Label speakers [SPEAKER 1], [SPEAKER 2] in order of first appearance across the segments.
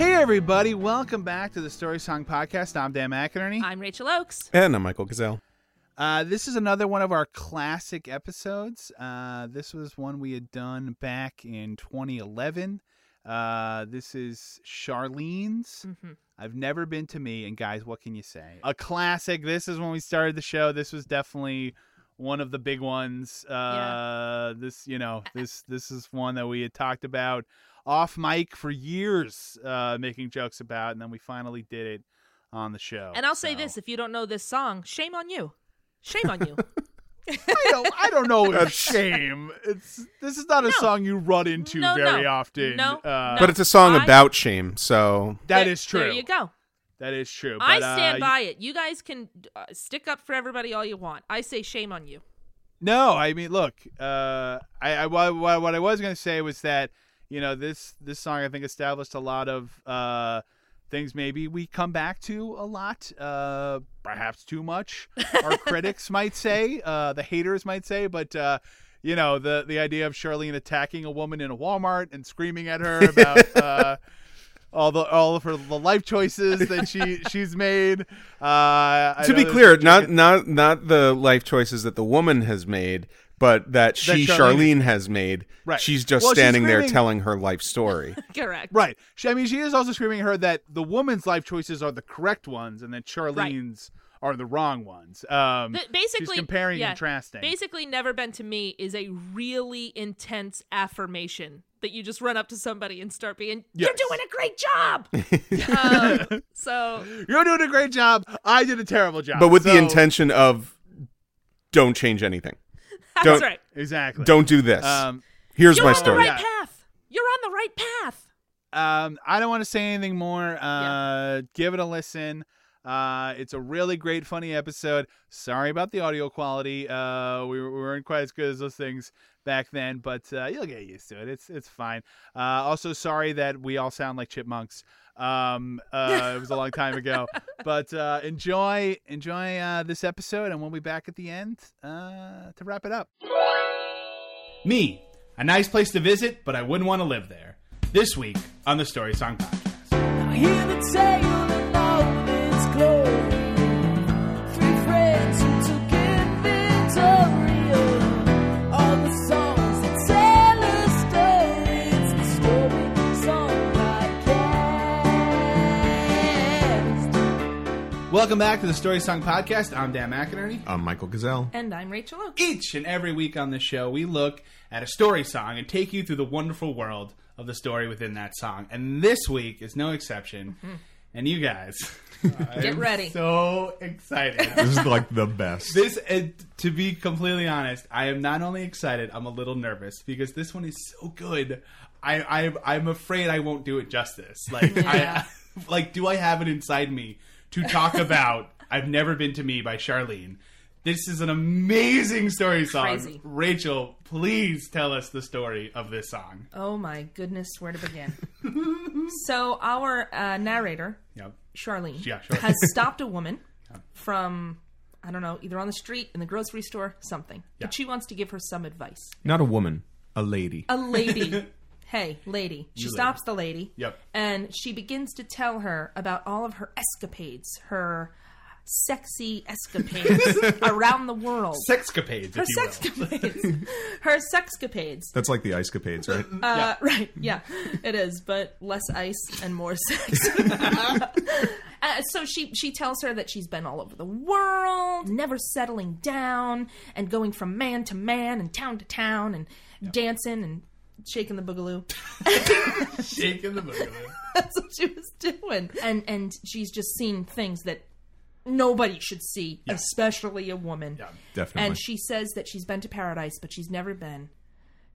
[SPEAKER 1] everybody. Welcome back to the Story Song Podcast. I'm Dan McInerney.
[SPEAKER 2] I'm Rachel Oakes.
[SPEAKER 3] And I'm Michael Gazelle.
[SPEAKER 1] Uh, this is another one of our classic episodes. Uh, this was one we had done back in 2011. Uh, this is Charlene's.
[SPEAKER 2] Mhm.
[SPEAKER 1] I've never been to me, and guys, what can you say? A classic. This is when we started the show. This was definitely one of the big ones. Uh, This, you know, this this is one that we had talked about off mic for years, uh, making jokes about, and then we finally did it on the show.
[SPEAKER 2] And I'll say
[SPEAKER 1] So-
[SPEAKER 2] this if you don't know this song, shame on you. Shame on you.
[SPEAKER 1] I don't, I don't know. It's shame. It's this is not a
[SPEAKER 2] No.
[SPEAKER 1] song you run into
[SPEAKER 2] No,
[SPEAKER 1] very
[SPEAKER 2] no.
[SPEAKER 1] often.
[SPEAKER 2] No,
[SPEAKER 1] uh,
[SPEAKER 2] no.
[SPEAKER 3] But it's a song
[SPEAKER 2] I-
[SPEAKER 3] about shame, so
[SPEAKER 1] that
[SPEAKER 2] There-
[SPEAKER 1] is true.
[SPEAKER 2] There you go.
[SPEAKER 1] That is true. But,
[SPEAKER 2] I stand
[SPEAKER 1] uh,
[SPEAKER 2] by it. You guys can uh, stick up for everybody all you want. I say shame on you.
[SPEAKER 1] No, I mean, look. Uh, I, I what, what what I was gonna say was that you know this this song I think established a lot of uh things maybe we come back to a lot, uh, perhaps too much. Our critics might say, uh, the haters might say, but. Uh, you know the the idea of Charlene attacking a woman in a Walmart and screaming at her about uh, all the all of her the life choices that she she's made. Uh, I
[SPEAKER 3] to
[SPEAKER 1] know
[SPEAKER 3] be
[SPEAKER 1] that-
[SPEAKER 3] clear, not not not the life choices that the woman has made, but that she
[SPEAKER 1] Charlene-
[SPEAKER 3] Charlene, has made.
[SPEAKER 1] Right.
[SPEAKER 3] She's just
[SPEAKER 1] Well, she's
[SPEAKER 3] standing there
[SPEAKER 1] screaming-
[SPEAKER 3] telling her life story.
[SPEAKER 2] Correct.
[SPEAKER 1] Right. She, I mean, she is also screaming at her that the woman's life choices are the correct ones, and that Charlene's are the wrong ones. Um,
[SPEAKER 2] Th- basically,
[SPEAKER 1] she's comparing
[SPEAKER 2] yeah,
[SPEAKER 1] and contrasting.
[SPEAKER 2] Basically, never been to me is a really intense affirmation that you just run up to somebody and start being, "You're
[SPEAKER 1] Yes.
[SPEAKER 2] doing a great job." um, so
[SPEAKER 1] You're doing a great job. I did a terrible job.
[SPEAKER 3] but with
[SPEAKER 1] So-
[SPEAKER 3] the intention of don't change anything.
[SPEAKER 2] that's
[SPEAKER 3] Don't-
[SPEAKER 2] right.
[SPEAKER 1] exactly.
[SPEAKER 3] Don't do this.
[SPEAKER 1] Um,
[SPEAKER 3] Here's
[SPEAKER 2] You're
[SPEAKER 3] my
[SPEAKER 2] on
[SPEAKER 3] story.
[SPEAKER 2] the right path. You're on the right path.
[SPEAKER 1] um, I don't want to say anything more. Uh,
[SPEAKER 2] Yeah.
[SPEAKER 1] Give it a listen. Uh, it's a really great, funny episode. Sorry about the audio quality. Uh, we, were- we weren't quite as good as those things back then, but uh, you'll get used to it. It's it's fine. Uh, also, sorry that we all sound like chipmunks. Um, uh, it was a long time ago, but uh, enjoy enjoy uh, this episode, and we'll be back at the end uh, to wrap it up.
[SPEAKER 4] Me, a nice place to visit, but I wouldn't want to live there. This week on the Story Song Podcast.
[SPEAKER 5] I hear the tale of love is glory. Three friends who took inventory of all the songs that tell a story. It's the Story Song Podcast.
[SPEAKER 4] Welcome back to the Story Song Podcast. I'm Dan McInerney.
[SPEAKER 3] I'm Michael Gazelle.
[SPEAKER 2] And I'm Rachel Oak.
[SPEAKER 4] Each and every week on this show, we look at a story song and take you through the wonderful world of the story within that song. And this week is no exception. And you guys,
[SPEAKER 2] Get ready.
[SPEAKER 4] so excited.
[SPEAKER 6] This is like the best.
[SPEAKER 4] This, uh, to be completely honest, I am not only excited, I'm a little nervous because this one is so good. I, I I'm afraid I won't do it justice. Like,
[SPEAKER 2] Yeah.
[SPEAKER 4] I, like, do I have it inside me to talk about "I've Never Been to Me" by Charlene? This is an amazing story song.
[SPEAKER 2] Crazy.
[SPEAKER 4] Rachel, please tell us the story of this song.
[SPEAKER 2] Oh my goodness, where to begin? so our uh, narrator,
[SPEAKER 4] Yep.
[SPEAKER 2] Charlene,
[SPEAKER 4] Yeah, sure.
[SPEAKER 2] has stopped a woman from I don't know, either on the street, in the grocery store, something. But she wants to give her some advice.
[SPEAKER 3] Not a woman, a lady.
[SPEAKER 2] A lady. hey, lady. She
[SPEAKER 4] lady.
[SPEAKER 2] stops the lady.
[SPEAKER 4] Yep.
[SPEAKER 2] And she begins to tell her about all of her escapades, her sexy escapades around the world.
[SPEAKER 4] Sexcapades,
[SPEAKER 2] her
[SPEAKER 4] if you will.
[SPEAKER 2] sexcapades. her sexcapades.
[SPEAKER 6] That's like the ice capades, right?
[SPEAKER 2] Uh, Right, yeah, it is, but less ice and more sex. uh, so she she tells her that she's been all over the world, never settling down, and going from man to man and town to town and dancing and shaking the boogaloo.
[SPEAKER 4] Shaking the boogaloo.
[SPEAKER 2] That's what she was doing, and and she's just seen things that nobody should see, especially a woman.
[SPEAKER 6] Definitely.
[SPEAKER 2] And she says that she's been to paradise, but she's never been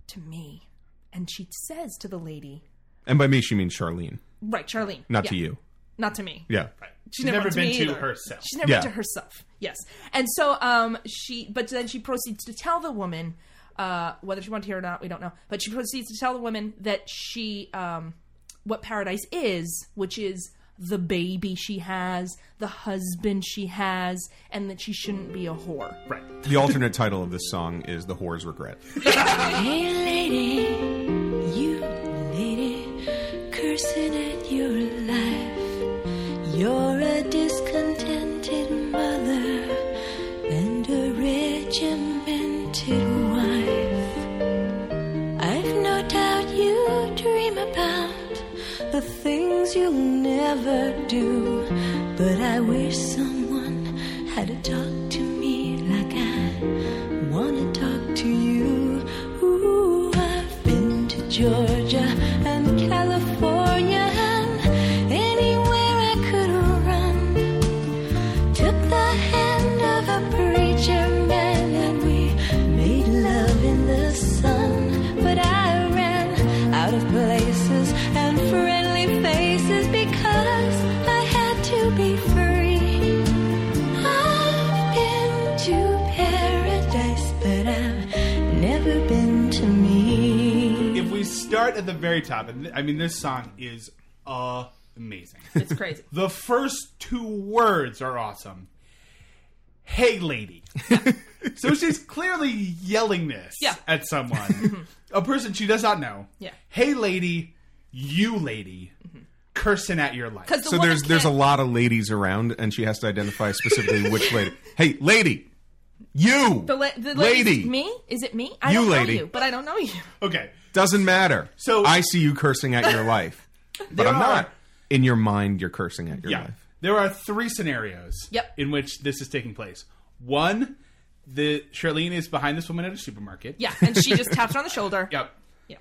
[SPEAKER 2] to me. And she says to the lady.
[SPEAKER 3] and by me, she means Charlene,
[SPEAKER 2] Right, Charlene.
[SPEAKER 3] not
[SPEAKER 2] Yeah.
[SPEAKER 3] to you.
[SPEAKER 2] Not to me.
[SPEAKER 3] Yeah.
[SPEAKER 2] She's
[SPEAKER 4] never
[SPEAKER 2] went
[SPEAKER 4] been
[SPEAKER 2] me
[SPEAKER 4] to
[SPEAKER 2] either.
[SPEAKER 4] herself.
[SPEAKER 2] She's never been
[SPEAKER 3] Yeah.
[SPEAKER 2] to herself. Yes. And so um she but then she proceeds to tell the woman uh whether she wanted to hear it or not, we don't know. But she proceeds to tell the woman that she um what paradise is, which is the baby she has, the husband she has, and that she shouldn't be a whore.
[SPEAKER 4] Right.
[SPEAKER 3] The alternate title of this song is "The Whore's Regret."
[SPEAKER 5] Hey, lady, you lady, curse
[SPEAKER 7] fixing at your life. You're a discontented mother and a regimented wife. I've no doubt you dream about the things you'll never do, but I wish someone had to talk to me like I wanna talk to you. Ooh, I've been to Georgia and California and anywhere I could run took the hand of a preacher man and we made love in the sun. But I ran out of places and friendly faces because I had to be free. I've been to paradise, but I've never been to me.
[SPEAKER 4] If we start at the very top, and th- I mean, this song is amazing.
[SPEAKER 2] It's crazy.
[SPEAKER 4] the first two words are awesome. Hey, lady. so she's clearly yelling this
[SPEAKER 2] Yeah. Mm-hmm.
[SPEAKER 4] at someone, a person she does not know.
[SPEAKER 2] Yeah. Mm-hmm.
[SPEAKER 4] Hey, lady, you lady, cursing at your life.
[SPEAKER 2] Because the
[SPEAKER 6] So
[SPEAKER 2] woman
[SPEAKER 6] there's there's a
[SPEAKER 2] can't-
[SPEAKER 6] lot of ladies around, and she has to identify specifically which lady. Hey, lady, you
[SPEAKER 2] The, la- the lady's-
[SPEAKER 6] lady
[SPEAKER 2] me? Is it me? I
[SPEAKER 6] You
[SPEAKER 2] don't
[SPEAKER 6] lady.
[SPEAKER 2] know you, but I don't know you.
[SPEAKER 4] Okay.
[SPEAKER 6] doesn't matter.
[SPEAKER 4] So-
[SPEAKER 6] I see you cursing at your life, but I'm
[SPEAKER 4] are-
[SPEAKER 6] not. In your mind, you're cursing at your
[SPEAKER 4] Yeah.
[SPEAKER 6] life.
[SPEAKER 4] There are three scenarios
[SPEAKER 2] Yep.
[SPEAKER 4] in which this is taking place. One, the Charlene is behind this woman at a supermarket.
[SPEAKER 2] Yeah, and she just taps her on the shoulder.
[SPEAKER 4] Yep.
[SPEAKER 2] Yeah.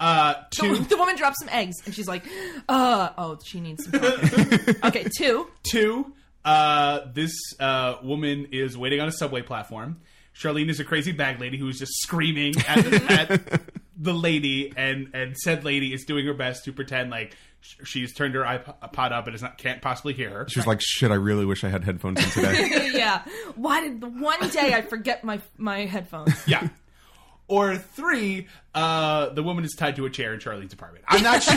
[SPEAKER 4] Uh,
[SPEAKER 2] The,
[SPEAKER 4] two,
[SPEAKER 2] the woman drops some eggs, and she's like, "Uh oh, she needs some." help." okay, two.
[SPEAKER 4] Two, uh, this uh, woman is waiting on a subway platform. Charlene is a crazy bag lady who's just screaming at, at the lady, and, and said lady is doing her best to pretend like sh- she's turned her iPod up and is not can't possibly hear her.
[SPEAKER 6] She's like, shit. I really wish I had headphones in today.
[SPEAKER 2] yeah. Why did the one day I forget my my headphones?
[SPEAKER 4] Yeah. Or three, uh, the woman is tied to a chair in Charlene's apartment. I'm not sure.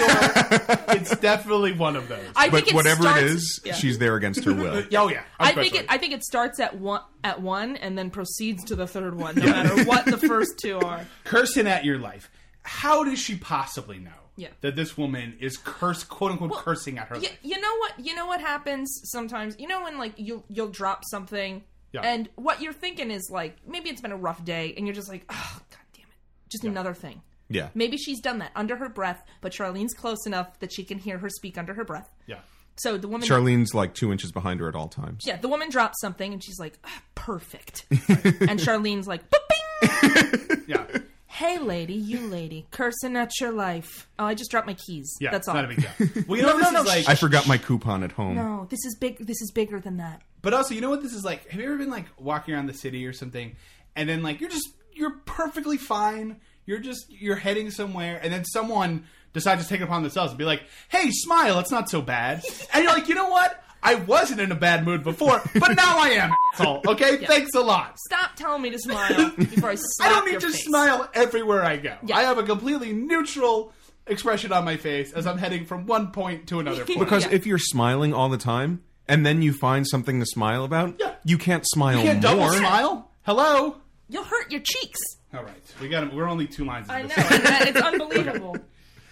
[SPEAKER 4] it's definitely one of those.
[SPEAKER 2] I
[SPEAKER 6] but
[SPEAKER 2] think it
[SPEAKER 6] whatever
[SPEAKER 2] starts,
[SPEAKER 6] it is,
[SPEAKER 2] Yeah.
[SPEAKER 6] she's there against her will.
[SPEAKER 4] oh yeah,
[SPEAKER 2] I think it.
[SPEAKER 4] especially.
[SPEAKER 2] I think it starts at one at one and then proceeds to the third one, no matter what the first two are.
[SPEAKER 4] cursing at your life. How does she possibly know
[SPEAKER 2] Yeah.
[SPEAKER 4] that this woman is curse, quote unquote, cursing at her
[SPEAKER 2] You,
[SPEAKER 4] life?
[SPEAKER 2] you know what? You know what happens sometimes. You know when like you'll you'll drop something,
[SPEAKER 4] Yeah.
[SPEAKER 2] and what you're thinking is like maybe it's been a rough day, and you're just like, oh god damn it, just another thing.
[SPEAKER 6] Yeah.
[SPEAKER 2] Maybe she's done that under her breath, but Charlene's close enough that she can hear her speak under her breath.
[SPEAKER 4] Yeah.
[SPEAKER 2] So the woman,
[SPEAKER 6] Charlene's like two inches behind her at all times.
[SPEAKER 2] yeah, the woman drops something, and she's like, "Ah, perfect, and Charlene's like, "Ba-bing!"
[SPEAKER 4] Yeah.
[SPEAKER 2] hey lady, you lady, cursing at your life. Oh, I just dropped my keys.
[SPEAKER 4] Yeah.
[SPEAKER 2] that's
[SPEAKER 4] it's
[SPEAKER 2] all.
[SPEAKER 4] Not a big deal. Well, you know, this
[SPEAKER 2] no,
[SPEAKER 4] is like,
[SPEAKER 6] I forgot my coupon at home.
[SPEAKER 2] No, Oh, this is big. This is bigger than that.
[SPEAKER 4] but also, you know what this is like? Have you ever been like walking around the city or something and then like you're just, you're perfectly fine. You're just, you're heading somewhere and then someone decides to take it upon themselves and be like, hey, smile, it's not so bad. And you're like, you know what? I wasn't in a bad mood before, but now I am, asshole. Okay? Thanks a lot.
[SPEAKER 2] Stop telling me to smile before I
[SPEAKER 4] I
[SPEAKER 2] slap
[SPEAKER 4] don't need
[SPEAKER 2] your
[SPEAKER 4] to
[SPEAKER 2] face.
[SPEAKER 4] smile everywhere I go.
[SPEAKER 2] Yeah.
[SPEAKER 4] I have a completely neutral expression on my face as I'm heading from one point to another point.
[SPEAKER 6] Because
[SPEAKER 2] Yeah.
[SPEAKER 6] if you're smiling all the time and then you find something to smile about,
[SPEAKER 4] Yeah.
[SPEAKER 6] you can't smile
[SPEAKER 4] you can't double
[SPEAKER 6] more.
[SPEAKER 4] smile. Hello.
[SPEAKER 2] You'll hurt your cheeks.
[SPEAKER 4] All right, we got. We're only two lines.
[SPEAKER 2] I
[SPEAKER 4] into
[SPEAKER 2] know.
[SPEAKER 4] this.
[SPEAKER 2] it's unbelievable.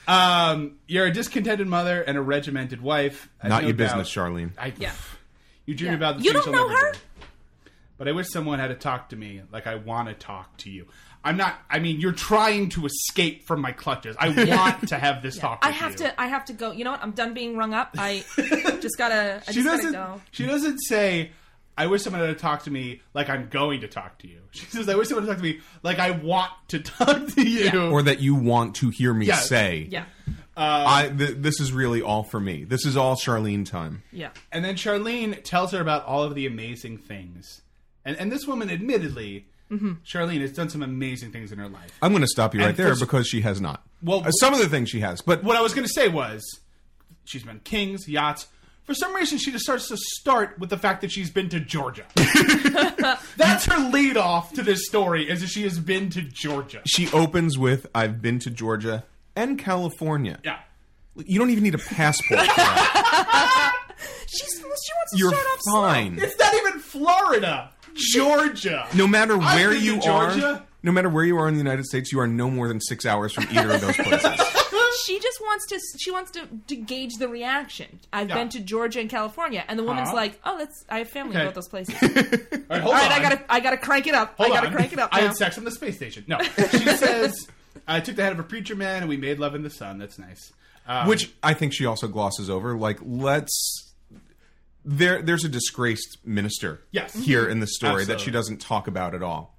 [SPEAKER 4] Um, you're a discontented mother and a regimented wife. I've
[SPEAKER 6] Not
[SPEAKER 4] no
[SPEAKER 6] your
[SPEAKER 4] doubt.
[SPEAKER 6] business, Charlene.
[SPEAKER 4] I,
[SPEAKER 2] Yeah.
[SPEAKER 4] You dream
[SPEAKER 2] Yeah.
[SPEAKER 4] about the
[SPEAKER 2] You
[SPEAKER 4] things
[SPEAKER 2] don't
[SPEAKER 4] you'll
[SPEAKER 2] know
[SPEAKER 4] never
[SPEAKER 2] her?
[SPEAKER 4] do. But I wish someone had to talk to me like I want to talk to you. I'm not. I mean, you're trying to escape from my clutches. I want to have this talk.
[SPEAKER 2] I
[SPEAKER 4] with
[SPEAKER 2] have
[SPEAKER 4] you.
[SPEAKER 2] to. I have to go. You know what? I'm done being rung up. I just gotta. I
[SPEAKER 4] she
[SPEAKER 2] just gotta
[SPEAKER 4] doesn't.
[SPEAKER 2] go.
[SPEAKER 4] She doesn't say. I wish someone had talked to me like I'm going to talk to you. She says, "I wish someone had talked to me like I want to talk to you."
[SPEAKER 6] Or that you want to hear me
[SPEAKER 4] Yeah.
[SPEAKER 6] say,
[SPEAKER 2] Yeah.
[SPEAKER 6] I, th- this is really all for me. This is all Charlene time.
[SPEAKER 2] Yeah.
[SPEAKER 4] And then Charlene tells her about all of the amazing things, and and this woman, admittedly,
[SPEAKER 2] Mm-hmm.
[SPEAKER 4] Charlene has done some amazing things in her life.
[SPEAKER 6] I'm going to stop you right
[SPEAKER 4] And
[SPEAKER 6] there
[SPEAKER 4] first-
[SPEAKER 6] because she has not.
[SPEAKER 4] Well-
[SPEAKER 6] Uh, some of the things she has, but
[SPEAKER 4] What I was going to say was, she's been kings, yachts. For some reason, she just starts to start with the fact that she's been to Georgia. That's her lead off to this story, is that she has been to Georgia.
[SPEAKER 6] she opens with, I've been to Georgia and California.
[SPEAKER 4] Yeah.
[SPEAKER 6] You don't even need a passport. for that.
[SPEAKER 2] She's. She wants to
[SPEAKER 6] You're
[SPEAKER 2] start off slow.
[SPEAKER 6] fine.
[SPEAKER 4] It's not even Florida. Georgia.
[SPEAKER 6] No matter
[SPEAKER 4] I've
[SPEAKER 6] where
[SPEAKER 4] been to
[SPEAKER 6] you
[SPEAKER 4] Georgia.
[SPEAKER 6] are, no matter where you are in the United States, you are no more than six hours from either of those places.
[SPEAKER 3] she just wants to. She wants to, to gauge the reaction. I've
[SPEAKER 4] Yeah.
[SPEAKER 3] been to Georgia and California, and the
[SPEAKER 2] Uh-huh.
[SPEAKER 3] woman's
[SPEAKER 4] Huh?
[SPEAKER 3] like, "Oh, that's I have family in
[SPEAKER 4] Okay.
[SPEAKER 3] both those places." All
[SPEAKER 4] All right, hold
[SPEAKER 3] right,
[SPEAKER 4] on.
[SPEAKER 3] I gotta, I gotta crank it up. I
[SPEAKER 4] Hold
[SPEAKER 3] gotta
[SPEAKER 4] on.
[SPEAKER 3] crank it up.
[SPEAKER 4] I
[SPEAKER 3] now.
[SPEAKER 4] had sex on the space station. No, she says I took the head of a preacher man and we made love in the sun. That's nice. Um,
[SPEAKER 6] which I think she also glosses over. Like, let's there. There's a disgraced minister,
[SPEAKER 4] Yes.
[SPEAKER 6] here in the story that
[SPEAKER 4] Absolutely.
[SPEAKER 6] she doesn't talk about at all.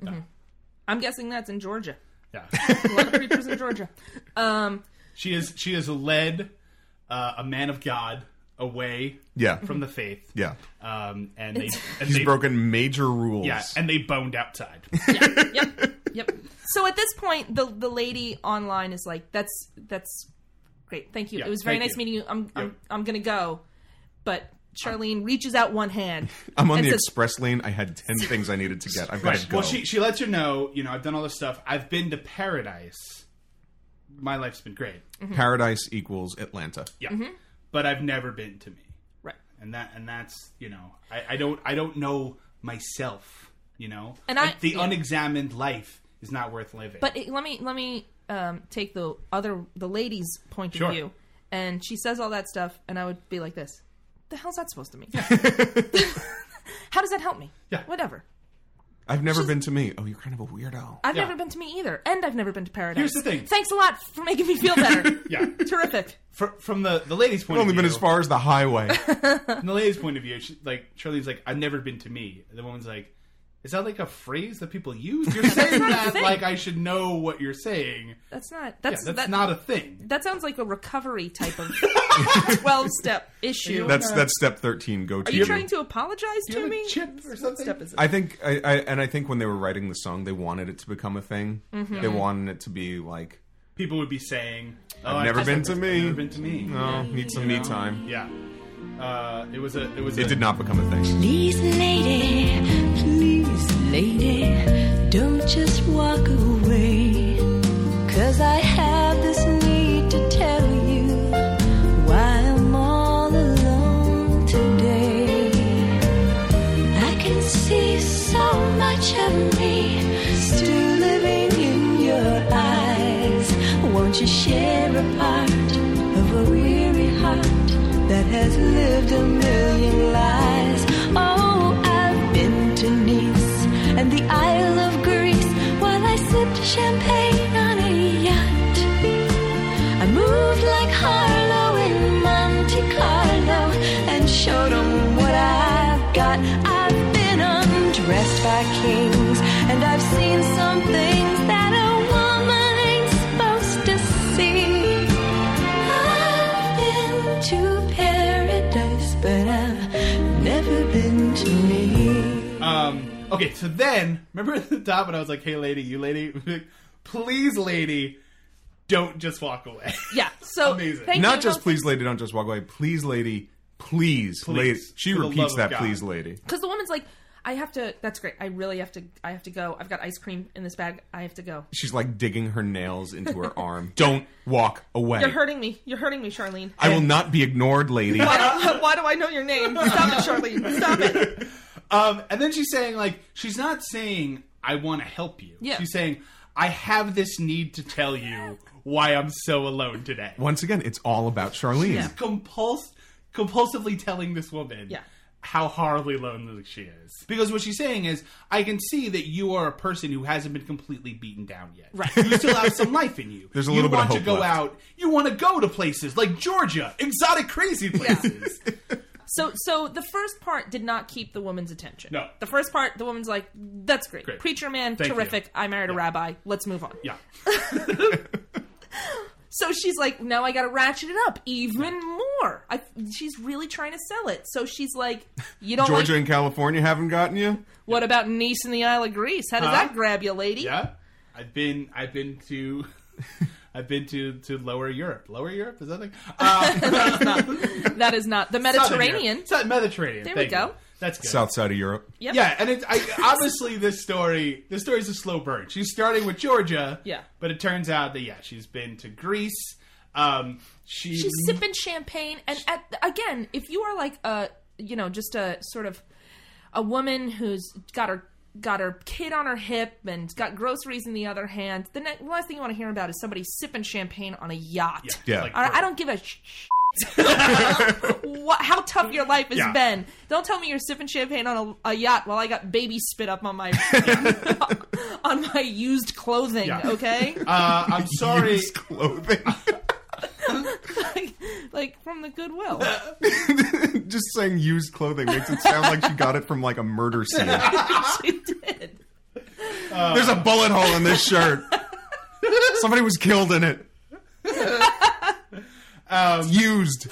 [SPEAKER 3] I'm guessing that's in Georgia.
[SPEAKER 4] yeah.
[SPEAKER 3] A lot of preachers in Georgia. Um,
[SPEAKER 4] she is she has led uh, a man of God away
[SPEAKER 6] Yeah,
[SPEAKER 4] from the faith.
[SPEAKER 6] yeah.
[SPEAKER 4] Um, and they and
[SPEAKER 6] He's
[SPEAKER 4] they,
[SPEAKER 6] broken major rules.
[SPEAKER 4] Yeah, and they boned outside.
[SPEAKER 3] yep, yep. So at this point, the the lady online is like, "That's that's great. Thank you.
[SPEAKER 4] Yeah,
[SPEAKER 3] it was very
[SPEAKER 4] thank
[SPEAKER 3] nice
[SPEAKER 4] you.
[SPEAKER 3] meeting you. I'm I'm,
[SPEAKER 4] Yep.
[SPEAKER 3] I'm gonna go." But
[SPEAKER 2] Ah.
[SPEAKER 3] Charlene reaches out one hand.
[SPEAKER 6] I'm on
[SPEAKER 3] and
[SPEAKER 6] the
[SPEAKER 3] says,
[SPEAKER 6] express lane. I had ten things I needed to get. I've got
[SPEAKER 4] Right.
[SPEAKER 6] to go.
[SPEAKER 4] Well, she she lets her know. You know, I've done all this stuff. I've been to paradise. My life's been great.
[SPEAKER 3] Mm-hmm.
[SPEAKER 6] Paradise equals Atlanta.
[SPEAKER 4] Yeah, but I've never been to me,
[SPEAKER 3] Right.
[SPEAKER 4] and that and that's you know, I, I don't I don't know myself. You know,
[SPEAKER 3] And
[SPEAKER 4] Like,
[SPEAKER 3] I-
[SPEAKER 4] the
[SPEAKER 3] yeah.
[SPEAKER 4] unexamined life is not worth living.
[SPEAKER 3] But it, let me let me um, take the other the lady's point
[SPEAKER 4] Sure.
[SPEAKER 3] of view, and she says all that stuff, and I would be like, "This, the hell's that supposed to mean? How does that help me?
[SPEAKER 4] Yeah.
[SPEAKER 3] Whatever.
[SPEAKER 6] I've never been to me. Oh, you're kind of a weirdo.
[SPEAKER 3] I've
[SPEAKER 4] Yeah.
[SPEAKER 3] never been to me either, and I've never been to paradise.
[SPEAKER 4] Here's the thing.
[SPEAKER 3] Thanks a lot for making me feel better.
[SPEAKER 4] yeah,
[SPEAKER 3] Terrific.
[SPEAKER 4] Fr- from the the lady's point
[SPEAKER 6] I've only
[SPEAKER 4] of
[SPEAKER 6] been
[SPEAKER 4] view,
[SPEAKER 6] as far as the highway.
[SPEAKER 4] from the lady's point of view, she, like Charlene's like, I've never been to me. The woman's like, Is that like a phrase that people use? You're saying
[SPEAKER 3] not a
[SPEAKER 4] that
[SPEAKER 3] thing.
[SPEAKER 4] like I should know what you're saying.
[SPEAKER 3] That's not.
[SPEAKER 4] Yeah,
[SPEAKER 3] That's
[SPEAKER 4] that's
[SPEAKER 3] that,
[SPEAKER 4] not a thing.
[SPEAKER 3] That sounds like a recovery type of twelve step issue.
[SPEAKER 6] That's that's step thirteen. Go
[SPEAKER 3] Are
[SPEAKER 6] to
[SPEAKER 3] you trying to apologize
[SPEAKER 4] you
[SPEAKER 3] to
[SPEAKER 4] have a
[SPEAKER 3] me?
[SPEAKER 4] chip or something?
[SPEAKER 3] Step is it?
[SPEAKER 6] I think, I, I, and I think when they were writing the song, they wanted it to become a thing.
[SPEAKER 3] Mm-hmm.
[SPEAKER 6] They wanted it to be like,
[SPEAKER 4] People would be saying, oh,
[SPEAKER 6] I've never been to
[SPEAKER 4] I've
[SPEAKER 6] me.
[SPEAKER 4] never been to me.
[SPEAKER 6] oh, need some me time.
[SPEAKER 4] Yeah, uh, it was a it was a,
[SPEAKER 6] It did not become a thing.
[SPEAKER 7] Please, lady, please, lady, don't just walk away. Cause I have this need to tell you why I'm all alone today. I can see so much of me still living in your eyes. Won't you share a part of a weary heart that has lived a million lies? Oh, I've been to Nice and the Isle of Greece while I sipped champagne on a yacht. I moved like Harlow in Monte Carlo and showed 'em what I've got. I've been undressed by kings and I've seen some things that a woman ain't supposed to see. I've been to paradise, but I've never been to me.
[SPEAKER 4] Um, okay, so then remember at the top when I was like, "Hey, lady, you lady, please, lady, don't just walk away."
[SPEAKER 3] yeah. So
[SPEAKER 4] Amazing.
[SPEAKER 3] thank
[SPEAKER 6] Not
[SPEAKER 3] you
[SPEAKER 6] just
[SPEAKER 3] both-
[SPEAKER 6] please, lady, don't just walk away. Please, lady, please, lady. She
[SPEAKER 4] for the love
[SPEAKER 6] repeats
[SPEAKER 4] of
[SPEAKER 6] that,
[SPEAKER 4] God.
[SPEAKER 6] please, lady.
[SPEAKER 3] because the woman's like, I have to. That's great. I really have to. I have to go. I've got ice cream in this bag. I have to go.
[SPEAKER 6] She's like digging her nails into her arm. Don't walk away.
[SPEAKER 3] You're hurting me. You're hurting me, Charlene.
[SPEAKER 6] I will not be ignored, lady.
[SPEAKER 3] Why
[SPEAKER 4] Uh,
[SPEAKER 3] do, why do I know your name? Stop it, Charlene. Stop it.
[SPEAKER 4] Um, and then she's saying like, she's not saying I want to help you.
[SPEAKER 3] Yeah.
[SPEAKER 4] She's saying I have this need to tell you why I'm so alone today.
[SPEAKER 6] Once again, it's all about Charlene.
[SPEAKER 3] Yeah.
[SPEAKER 4] Compuls- compulsively telling this woman
[SPEAKER 3] Yeah.
[SPEAKER 4] how horribly lonely she is. Because what she's saying is, I can see that you are a person who hasn't been completely beaten down yet. Right. You still have some life in you.
[SPEAKER 6] There's a
[SPEAKER 4] You
[SPEAKER 6] little bit of
[SPEAKER 4] want
[SPEAKER 6] hope
[SPEAKER 4] to go
[SPEAKER 6] left.
[SPEAKER 4] out. You want to go to places like Georgia, exotic, crazy places.
[SPEAKER 3] So, so the first part did not keep the woman's attention.
[SPEAKER 4] No.
[SPEAKER 3] The first part, the woman's like, "That's great,
[SPEAKER 4] Great.
[SPEAKER 3] preacher man,
[SPEAKER 4] Thank
[SPEAKER 3] terrific.
[SPEAKER 4] you.
[SPEAKER 3] I married a rabbi. Let's move on."
[SPEAKER 4] yeah.
[SPEAKER 3] So she's like, now I got to ratchet it up even more. I, she's really trying to sell it. So she's like, you
[SPEAKER 2] Oh,
[SPEAKER 3] don't
[SPEAKER 6] Georgia
[SPEAKER 3] like,
[SPEAKER 6] and California haven't gotten you.
[SPEAKER 3] what about Nice and the Isle of Greece? How does
[SPEAKER 4] Huh?
[SPEAKER 3] that grab you, lady?
[SPEAKER 4] Yeah. I've been I've been to I've been to to lower Europe. Lower Europe is that like uh,
[SPEAKER 3] That is not the Mediterranean.
[SPEAKER 4] It's not Mediterranean.
[SPEAKER 3] There we
[SPEAKER 4] Thank you.
[SPEAKER 3] go.
[SPEAKER 4] That's good.
[SPEAKER 6] South side of Europe.
[SPEAKER 3] Yep.
[SPEAKER 4] Yeah, and it's I, obviously this story. This story is a slow burn. She's starting with Georgia.
[SPEAKER 3] Yeah.
[SPEAKER 4] but it turns out that yeah, she's been to Greece. Um, she
[SPEAKER 3] She's sipping champagne, and at, again, if you are like a, you know, just a sort of a woman who's got her
[SPEAKER 2] got her kid on her hip and got groceries in the other hand. The next, last thing you want to hear about is somebody sipping champagne on a yacht.
[SPEAKER 6] Yeah.
[SPEAKER 4] Like,
[SPEAKER 2] I, I don't give a sh- what, how tough your life has
[SPEAKER 6] Yeah.
[SPEAKER 2] been. Don't tell me you're sipping champagne on a, a yacht while I got baby spit up on my on my used clothing.
[SPEAKER 4] Yeah.
[SPEAKER 2] Okay,
[SPEAKER 4] Uh, I'm sorry.
[SPEAKER 6] Used clothing.
[SPEAKER 2] like, like from the Goodwill.
[SPEAKER 6] Just saying used clothing makes it sound like she got it from like a murder scene.
[SPEAKER 2] she did.
[SPEAKER 6] There's a bullet hole in this shirt. Somebody was killed in it. It's used.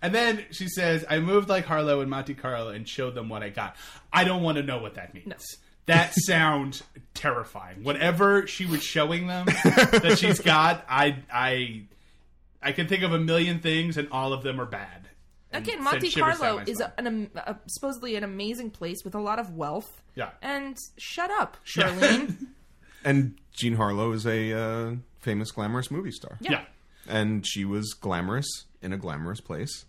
[SPEAKER 4] And then she says, I moved like Harlow and Monte Carlo and showed them what I got. I don't want to know what that means. That sounds terrifying. Whatever she was showing them that she's got, I I I can think of a million things and all of them are bad. And
[SPEAKER 2] Again,
[SPEAKER 4] send
[SPEAKER 2] Monte
[SPEAKER 4] shivers down
[SPEAKER 2] Carlo
[SPEAKER 4] my
[SPEAKER 2] is
[SPEAKER 4] spine.
[SPEAKER 2] a, an, am- a, supposedly an amazing place with a lot of wealth.
[SPEAKER 4] Yeah.
[SPEAKER 2] And shut up, Charlene.
[SPEAKER 6] And Jean Harlow is a uh, famous glamorous movie star.
[SPEAKER 2] Yeah.
[SPEAKER 4] yeah.
[SPEAKER 6] And she was glamorous in a glamorous place.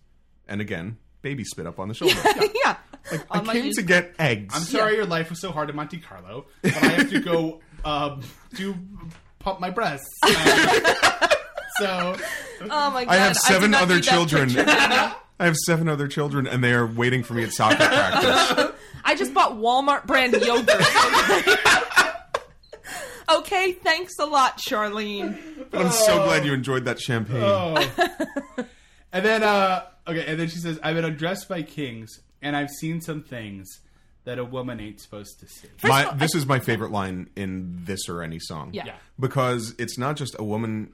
[SPEAKER 6] And again, baby spit up on the shoulder.
[SPEAKER 2] Yeah.
[SPEAKER 6] I
[SPEAKER 2] On Oh my
[SPEAKER 6] came
[SPEAKER 2] used-
[SPEAKER 6] to get eggs.
[SPEAKER 4] I'm sorry your life was so hard in Monte Carlo, but I have to go um, do pump my breasts. Um, so
[SPEAKER 2] oh my God.
[SPEAKER 6] I have
[SPEAKER 2] did
[SPEAKER 6] seven
[SPEAKER 2] not
[SPEAKER 6] other
[SPEAKER 2] need that
[SPEAKER 6] children.
[SPEAKER 2] picture.
[SPEAKER 6] I have seven other children, and they are waiting for me at soccer practice.
[SPEAKER 2] I just bought Walmart brand yogurt. okay, thanks a lot, Charlene.
[SPEAKER 6] But I'm
[SPEAKER 2] Oh.
[SPEAKER 6] so glad you enjoyed that champagne.
[SPEAKER 4] And then uh okay, and then she says, I've been undressed by kings and I've seen some things that a woman ain't supposed to see.
[SPEAKER 6] my, this is my favorite line in this or any song.
[SPEAKER 2] Yeah. Yeah.
[SPEAKER 6] Because it's not just a woman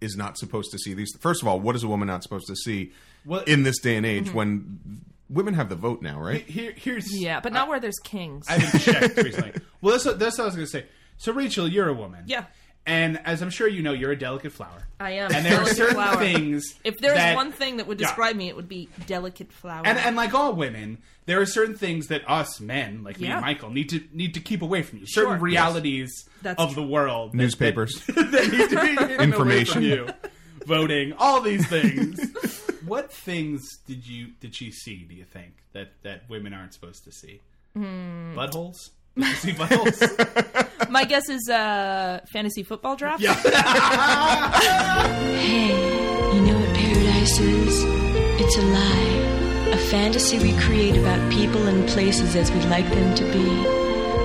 [SPEAKER 6] is not supposed to see these. First of all, what is a woman not supposed to see
[SPEAKER 4] Well-
[SPEAKER 6] in this day and
[SPEAKER 2] Mm-hmm.
[SPEAKER 6] age when women have the vote now, right?
[SPEAKER 4] Here here's
[SPEAKER 2] Yeah, but not where there's kings.
[SPEAKER 4] I didn't check recently. Well that's what, that's what I was gonna say. So Rachel, you're a woman.
[SPEAKER 2] Yeah.
[SPEAKER 4] And as I'm sure you know, you're a delicate flower.
[SPEAKER 2] I am.
[SPEAKER 4] And there are
[SPEAKER 2] Delicate
[SPEAKER 4] certain
[SPEAKER 2] flower.
[SPEAKER 4] things
[SPEAKER 2] If there is
[SPEAKER 4] that-
[SPEAKER 2] one thing that would
[SPEAKER 4] Yeah.
[SPEAKER 2] describe me, it would be delicate flower.
[SPEAKER 4] and, uh, and like all women, there are certain things that us men, like me
[SPEAKER 2] Yeah.
[SPEAKER 4] and Michael, need to need to keep away from you. Certain
[SPEAKER 2] Sure.
[SPEAKER 4] realities
[SPEAKER 2] That's
[SPEAKER 4] of
[SPEAKER 2] true.
[SPEAKER 4] the world, that-
[SPEAKER 6] Newspapers.
[SPEAKER 4] that need to be hidden
[SPEAKER 6] Information.
[SPEAKER 4] away from you, voting, all these things. what things did you did she see? Do you think that that women aren't supposed to see?
[SPEAKER 2] Hmm.
[SPEAKER 4] Buttholes. Did you see buttholes?
[SPEAKER 2] My guess is uh, fantasy football draft.
[SPEAKER 4] yeah.
[SPEAKER 7] Hey, you know what paradise is? It's a lie. A fantasy we create about people and places as we'd like them to be.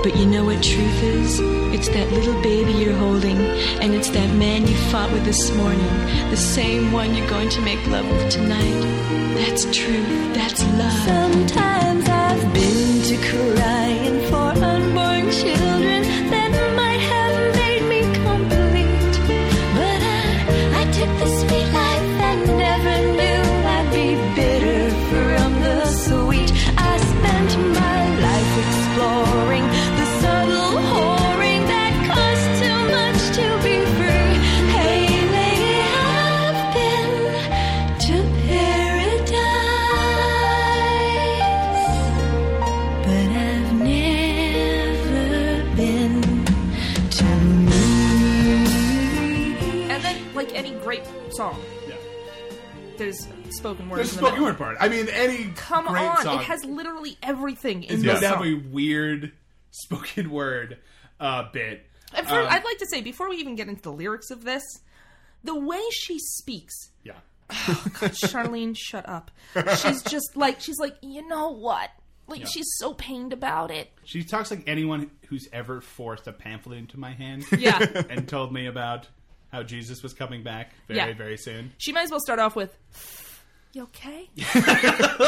[SPEAKER 7] But you know what truth is? It's that little baby you're holding, and it's that man you fought with this morning, the same one you're going to make love with tonight. That's truth. That's love. Sometimes I've been to crying for unborn children that might have made me complete. But I, I took the sweet life and never knew I'd be bitter from the sweet. I spent my life exploring the subtle whoring that cost too much to be free. Hey, lady, I've been to paradise. But I've never been to me.
[SPEAKER 2] And then, like any great song, there's spoken word.
[SPEAKER 4] The
[SPEAKER 2] in the
[SPEAKER 4] spoken
[SPEAKER 2] middle.
[SPEAKER 4] word part. I mean, any
[SPEAKER 2] Come
[SPEAKER 4] great
[SPEAKER 2] on,
[SPEAKER 4] song.
[SPEAKER 2] it has literally everything in
[SPEAKER 4] It's
[SPEAKER 2] the
[SPEAKER 4] going to have
[SPEAKER 2] song.
[SPEAKER 4] a weird spoken word uh, bit.
[SPEAKER 2] And first,
[SPEAKER 4] Um,
[SPEAKER 2] I'd like to say before we even get into the lyrics of this, the way she speaks
[SPEAKER 4] Yeah.
[SPEAKER 2] Charlene, shut up. She's just like she's like, you know what? Like she's so pained about it.
[SPEAKER 4] She talks like anyone who's ever forced a pamphlet into my hand.
[SPEAKER 2] Yeah.
[SPEAKER 4] and told me about how Jesus was coming back very,
[SPEAKER 2] Yeah.
[SPEAKER 4] very soon.
[SPEAKER 2] she might as well start off with You okay? That's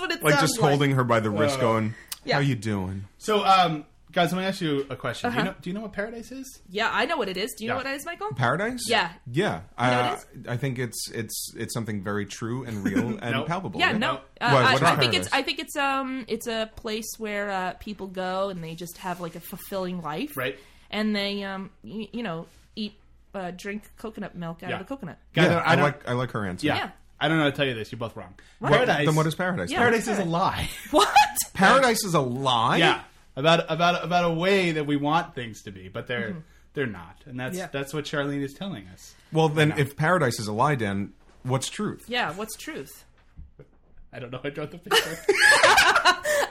[SPEAKER 2] what it
[SPEAKER 6] Like
[SPEAKER 2] sounds
[SPEAKER 6] just holding her by the wrist, going, "How you doing?"
[SPEAKER 4] So, um, guys, let me ask you a question.
[SPEAKER 2] Uh-huh.
[SPEAKER 4] Do, you know, do you know what paradise is?
[SPEAKER 2] Yeah, I know what it is. Do you know
[SPEAKER 4] Yeah.
[SPEAKER 2] what it is, Michael?
[SPEAKER 6] Paradise?
[SPEAKER 2] Yeah.
[SPEAKER 6] yeah.
[SPEAKER 2] know
[SPEAKER 6] I,
[SPEAKER 2] what
[SPEAKER 6] I think it's it's it's something very true and real and
[SPEAKER 4] Nope.
[SPEAKER 6] palpable.
[SPEAKER 2] yeah,
[SPEAKER 6] right?
[SPEAKER 2] no. Uh,
[SPEAKER 6] What-
[SPEAKER 2] I,
[SPEAKER 6] what is
[SPEAKER 2] I think it's
[SPEAKER 6] paradise?
[SPEAKER 2] I think it's um it's a place where uh, people go and they just have like a fulfilling life.
[SPEAKER 4] Right.
[SPEAKER 2] And they um y- you know, eat uh, drink coconut milk out
[SPEAKER 4] Yeah.
[SPEAKER 2] of a coconut.
[SPEAKER 4] Guys,
[SPEAKER 6] Yeah,
[SPEAKER 4] I,
[SPEAKER 6] I
[SPEAKER 4] don't,
[SPEAKER 6] like I like her answer.
[SPEAKER 4] yeah.
[SPEAKER 2] Yeah.
[SPEAKER 4] I don't know how to tell you this. You're both wrong.
[SPEAKER 6] Paradise. Then what is paradise?
[SPEAKER 2] Yeah.
[SPEAKER 4] Paradise is a lie.
[SPEAKER 2] What?
[SPEAKER 6] Paradise is a lie.
[SPEAKER 4] yeah. About about about a way that we want things to be, but they're they're not. And that's
[SPEAKER 2] Mm-hmm. Yeah.
[SPEAKER 4] that's what Charlene is telling us.
[SPEAKER 6] Well, then, if paradise is a lie, Dan, what's truth?
[SPEAKER 2] Yeah, what's truth?
[SPEAKER 4] I don't know. I draw the picture.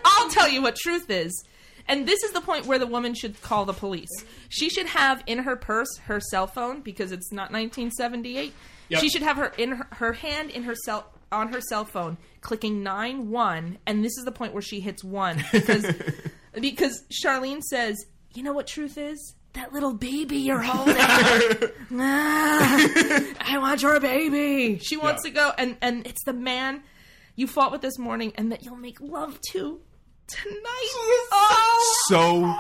[SPEAKER 2] I'll tell you what truth is. And this is the point where the woman should call the police. She should have in her purse her cell phone because it's not 1978.
[SPEAKER 4] Yep.
[SPEAKER 2] She should have her in her, her hand in her cell on her cell phone clicking 9 1 and this is the point where she hits 1 because because Charlene says, "You know what truth is? That little baby you're holding. Ah, I want your baby." She wants
[SPEAKER 4] Yeah.
[SPEAKER 2] to go and and it's the man you fought with this morning and that you'll make love to tonight. Oh,
[SPEAKER 6] So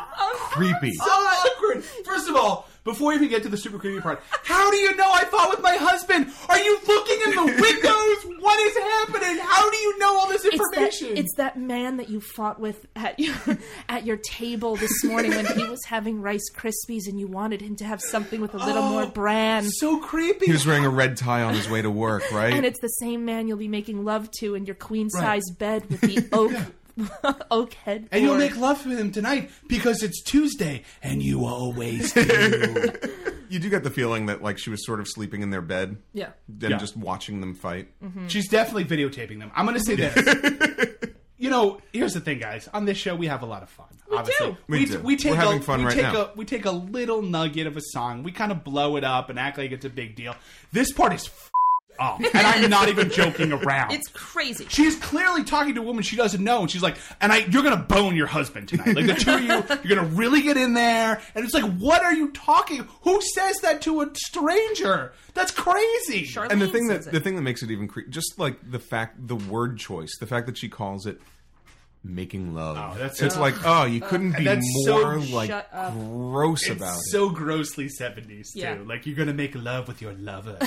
[SPEAKER 6] creepy.
[SPEAKER 4] so awkward. First of all, before we even get to the super creepy part, how do you know I fought with my husband? Are you looking in the windows? What is happening? How do you know all this
[SPEAKER 2] it's that,
[SPEAKER 4] information?
[SPEAKER 2] it's that man that you fought with at your at your table this morning when he was having Rice Krispies and you wanted him to have something with a little more bran.
[SPEAKER 4] so creepy.
[SPEAKER 6] He was wearing a red tie on his way to work, right?
[SPEAKER 2] and it's the same man you'll be making love to in your queen size bed with the oak oak head.
[SPEAKER 4] and you'll make love with him tonight because it's Tuesday, and you always do.
[SPEAKER 6] you do get the feeling that like she was sort of sleeping in their bed
[SPEAKER 2] yeah. Mm-hmm.
[SPEAKER 6] and
[SPEAKER 4] Yeah.
[SPEAKER 6] just watching them fight.
[SPEAKER 4] She's definitely videotaping them. I'm going to say this. you know, here's the thing, guys. On this show, we have a lot of fun. We obviously.
[SPEAKER 2] do.
[SPEAKER 6] We do.
[SPEAKER 4] We take
[SPEAKER 6] We're having
[SPEAKER 4] a,
[SPEAKER 6] fun
[SPEAKER 4] we
[SPEAKER 6] right
[SPEAKER 4] take
[SPEAKER 6] now.
[SPEAKER 4] A, we take a little nugget of a song. We kind of blow it up and act like it's a big deal. This part is f- up, and I'm not even joking around.
[SPEAKER 2] It's crazy.
[SPEAKER 4] She's clearly talking to a woman she doesn't know, and she's like, "And I, you're gonna bone your husband tonight. Like the two of you, you're gonna really get in there." And it's like, "What are you talking? Who says that to a stranger? That's crazy."
[SPEAKER 2] Charlene
[SPEAKER 6] and the thing that
[SPEAKER 2] says
[SPEAKER 6] the
[SPEAKER 2] it.
[SPEAKER 6] thing that makes it even creep just like the fact the word choice, the fact that she calls it making love.
[SPEAKER 4] Oh, that's-
[SPEAKER 6] it's like, oh, you couldn't be
[SPEAKER 4] that's so-
[SPEAKER 6] more like
[SPEAKER 2] Shut up.
[SPEAKER 6] gross
[SPEAKER 4] It's
[SPEAKER 6] about it.
[SPEAKER 4] so grossly 70s too.
[SPEAKER 2] Yeah.
[SPEAKER 4] Like you're gonna make love with your lover.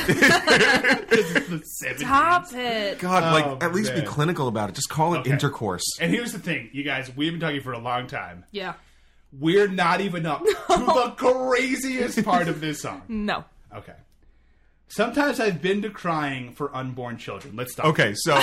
[SPEAKER 4] It's the 70s.
[SPEAKER 2] Stop it.
[SPEAKER 6] God, like
[SPEAKER 4] Oh,
[SPEAKER 6] at least
[SPEAKER 4] man.
[SPEAKER 6] be clinical about it. Just call it
[SPEAKER 4] Okay.
[SPEAKER 6] intercourse.
[SPEAKER 4] And here's the thing, you guys, we've been talking for a long time.
[SPEAKER 2] Yeah.
[SPEAKER 4] We're not even up to the craziest part of this song.
[SPEAKER 2] No.
[SPEAKER 4] Okay. Sometimes I've been to crying for unborn children. Let's stop.
[SPEAKER 6] Okay, so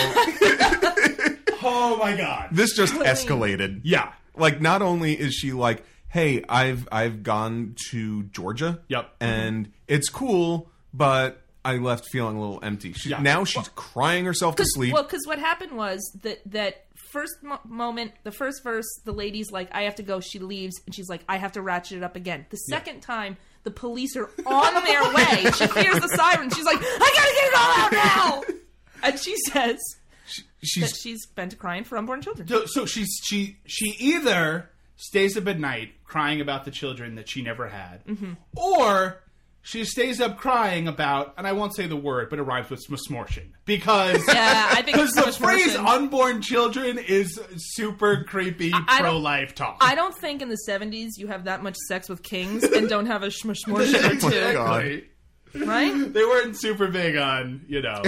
[SPEAKER 4] Oh my god.
[SPEAKER 6] this just escalated.
[SPEAKER 4] Yeah.
[SPEAKER 6] like not only is she like hey i've i've gone to georgia
[SPEAKER 4] Yep. Mm-hmm.
[SPEAKER 6] and it's cool but i left feeling a little empty she,
[SPEAKER 4] Yeah.
[SPEAKER 6] now she's crying herself to sleep
[SPEAKER 2] Well, because what happened was that that first mo- moment, the first verse, the lady's like, "I have to go." She leaves, and she's like, "I have to ratchet it up again." The second time, the police are on their way. She hears the siren. She's like, "I gotta get it all out now," and she says that
[SPEAKER 6] she's
[SPEAKER 2] she's been to crying for unborn children.
[SPEAKER 4] So, so she's she she either stays up at night crying about the children that she never had, or she stays up crying about, and I won't say the word, but it rhymes with smortion because
[SPEAKER 2] Yeah, I think it's
[SPEAKER 4] because
[SPEAKER 2] so
[SPEAKER 4] the
[SPEAKER 2] much
[SPEAKER 4] phrase
[SPEAKER 2] worse than-
[SPEAKER 4] "unborn children" is super creepy
[SPEAKER 2] I don't-
[SPEAKER 4] pro life talk.
[SPEAKER 2] I don't think in the seventies you have that much sex with kings and don't have a shmushmush
[SPEAKER 6] Oh my
[SPEAKER 4] Exactly.
[SPEAKER 6] God.
[SPEAKER 2] right?
[SPEAKER 4] They weren't super big on you know.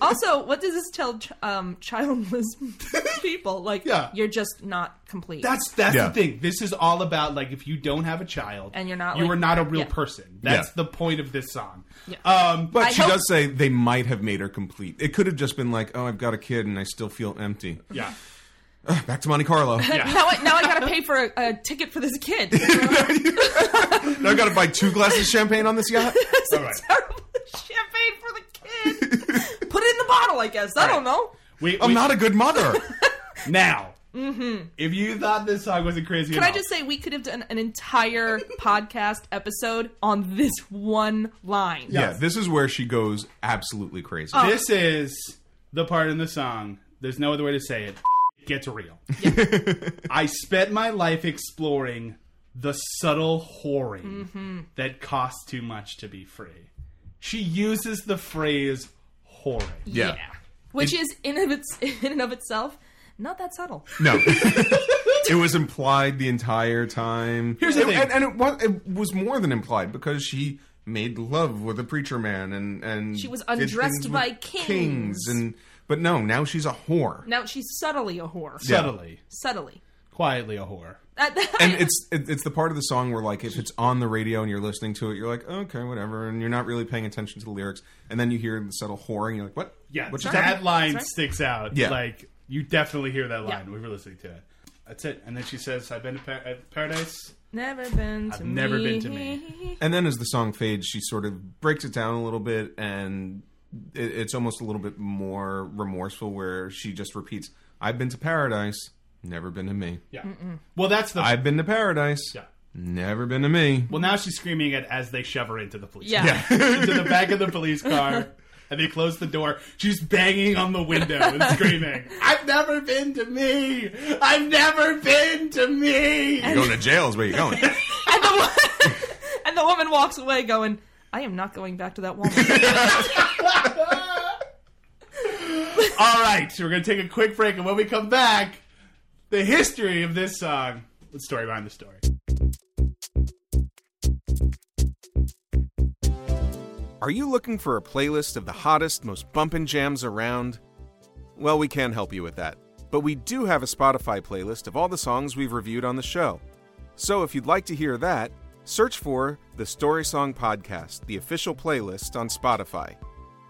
[SPEAKER 2] Also, what does this tell ch- um, childless people? Like,
[SPEAKER 4] Yeah.
[SPEAKER 2] you're just not complete.
[SPEAKER 4] That's that's
[SPEAKER 6] Yeah.
[SPEAKER 4] the thing. This is all about like if you don't have a child
[SPEAKER 2] And you're not,
[SPEAKER 4] you
[SPEAKER 2] like-
[SPEAKER 4] are not a real
[SPEAKER 2] yeah.
[SPEAKER 4] person. That's
[SPEAKER 6] Yeah.
[SPEAKER 4] the point of this song.
[SPEAKER 2] Yeah.
[SPEAKER 4] Um,
[SPEAKER 6] but
[SPEAKER 2] I
[SPEAKER 6] she
[SPEAKER 2] hope-
[SPEAKER 6] does say they might have made her complete it could have just been like oh i've got a kid and i still feel empty
[SPEAKER 4] yeah.
[SPEAKER 6] back to monte carlo yeah.
[SPEAKER 2] now, I, Oh, now I gotta pay for a, a ticket for this kid. It's
[SPEAKER 6] i gotta buy two glasses of champagne on this yacht
[SPEAKER 4] All right.
[SPEAKER 2] terrible champagne for the kid. Put it in the bottle, I guess. I don't know.
[SPEAKER 4] We,
[SPEAKER 6] i'm
[SPEAKER 4] we-
[SPEAKER 6] not a good mother
[SPEAKER 4] now. If you thought this song wasn't crazy,
[SPEAKER 2] Mm-hmm. Can
[SPEAKER 4] at
[SPEAKER 2] I
[SPEAKER 4] all-
[SPEAKER 2] just say we could have done an entire podcast episode on this one line?
[SPEAKER 6] yeah this is where she goes absolutely crazy
[SPEAKER 2] Oh.
[SPEAKER 4] This is the part in the song. There's no other way to say it. It Gets real. I spent my life exploring the subtle whoring
[SPEAKER 2] Mm-hmm.
[SPEAKER 4] that costs too much to be free. She uses the phrase whoring.
[SPEAKER 6] yeah.
[SPEAKER 2] Which is in of its in and of itself not that subtle.
[SPEAKER 6] No. it was implied the entire time.
[SPEAKER 4] Here's the
[SPEAKER 6] It-
[SPEAKER 4] thing.
[SPEAKER 6] And, and it, was, it was more than implied because she made love with a preacher man and. and
[SPEAKER 2] She was
[SPEAKER 6] did things
[SPEAKER 2] undressed
[SPEAKER 6] with
[SPEAKER 2] by kings.
[SPEAKER 6] and But no, now she's a whore.
[SPEAKER 2] Now she's subtly a whore.
[SPEAKER 4] Subtly,
[SPEAKER 2] Subtly.
[SPEAKER 4] quietly a whore.
[SPEAKER 2] That-
[SPEAKER 6] And it's it, it's the part of the song where like if it's on the radio and you're listening to it, you're like okay, whatever, and you're not really paying attention to the lyrics, and then you hear the subtle whore, and you're like, what?
[SPEAKER 4] Yeah,
[SPEAKER 6] what
[SPEAKER 4] that line
[SPEAKER 2] That's right.
[SPEAKER 4] sticks out.
[SPEAKER 6] Yeah.
[SPEAKER 4] like you definitely hear that line
[SPEAKER 2] Yeah.
[SPEAKER 4] when we were listening to it. That's it. And then she says, "I've been to par- uh, paradise."
[SPEAKER 2] never been to me.
[SPEAKER 4] never been to me.
[SPEAKER 6] And then as the song fades, she sort of breaks it down a little bit, and it, it's almost a little bit more remorseful, where she just repeats, "I've been to paradise, Never been to me.
[SPEAKER 4] Yeah. Well, that's the.
[SPEAKER 6] I've been to paradise.
[SPEAKER 4] yeah.
[SPEAKER 6] Never been to me.
[SPEAKER 4] Well, now she's screaming it as they shove her into the police.
[SPEAKER 2] Yeah.
[SPEAKER 4] Car, into the back of the police car, and they close the door. She's banging on the window and screaming, "I've never been to me. I've never been to me."
[SPEAKER 6] You're going to jail is where you're going.
[SPEAKER 2] And the, wo- and the woman walks away going, I am not going back to that Walmart.
[SPEAKER 4] All right, so we're gonna take a quick break, and when we come back, the history of this song, the story behind the story.
[SPEAKER 6] Are you looking for a playlist of the hottest, most bumpin' jams around? Well, we can't help you with that, but we do have a Spotify playlist of all the songs we've reviewed on the show. So if you'd like to hear that, search for the Story Song Podcast, the official playlist on Spotify.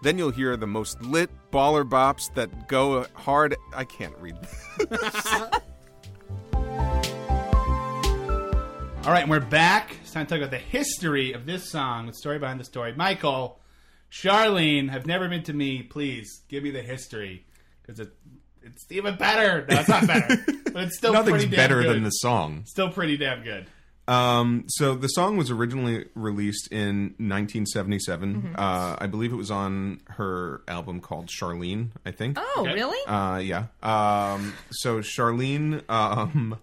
[SPEAKER 6] Then you'll hear the most lit baller bops that go hard. I can't read.
[SPEAKER 4] All right, and we're back. It's time to talk about the history of this song, the story behind the story. Michael, Charlene, have never been to me. Please give me the history because it, it's even better. No, it's not better, but it's still
[SPEAKER 6] Nothing's
[SPEAKER 4] pretty damn
[SPEAKER 6] better
[SPEAKER 4] good.
[SPEAKER 6] than the song.
[SPEAKER 4] Still pretty damn good.
[SPEAKER 6] Um, so the song was originally released in 1977.
[SPEAKER 2] Mm-hmm.
[SPEAKER 6] Uh, I believe it was on her album called Charlene. I think.
[SPEAKER 2] oh,
[SPEAKER 4] Okay.
[SPEAKER 2] really?
[SPEAKER 6] Uh, yeah. Um, so Charlene um,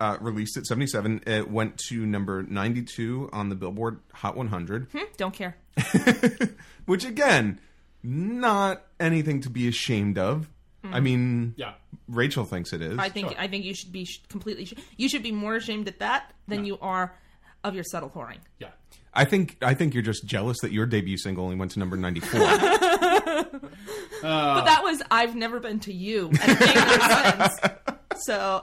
[SPEAKER 6] uh, released it 77. It went to number 92 on the Billboard Hot 100,
[SPEAKER 2] Hmm, don't care.
[SPEAKER 6] which again, not anything to be ashamed of. I mean,
[SPEAKER 4] Yeah,
[SPEAKER 6] Rachel thinks it is.
[SPEAKER 2] Mm-hmm. I think I think you should be sh- completely. Sh- you should be more ashamed at that than you are of your subtle whoring.
[SPEAKER 4] yeah.
[SPEAKER 6] I think I think you're just jealous that your debut single only went to number 94.
[SPEAKER 2] But that was I've never been to you. And it made no sense. So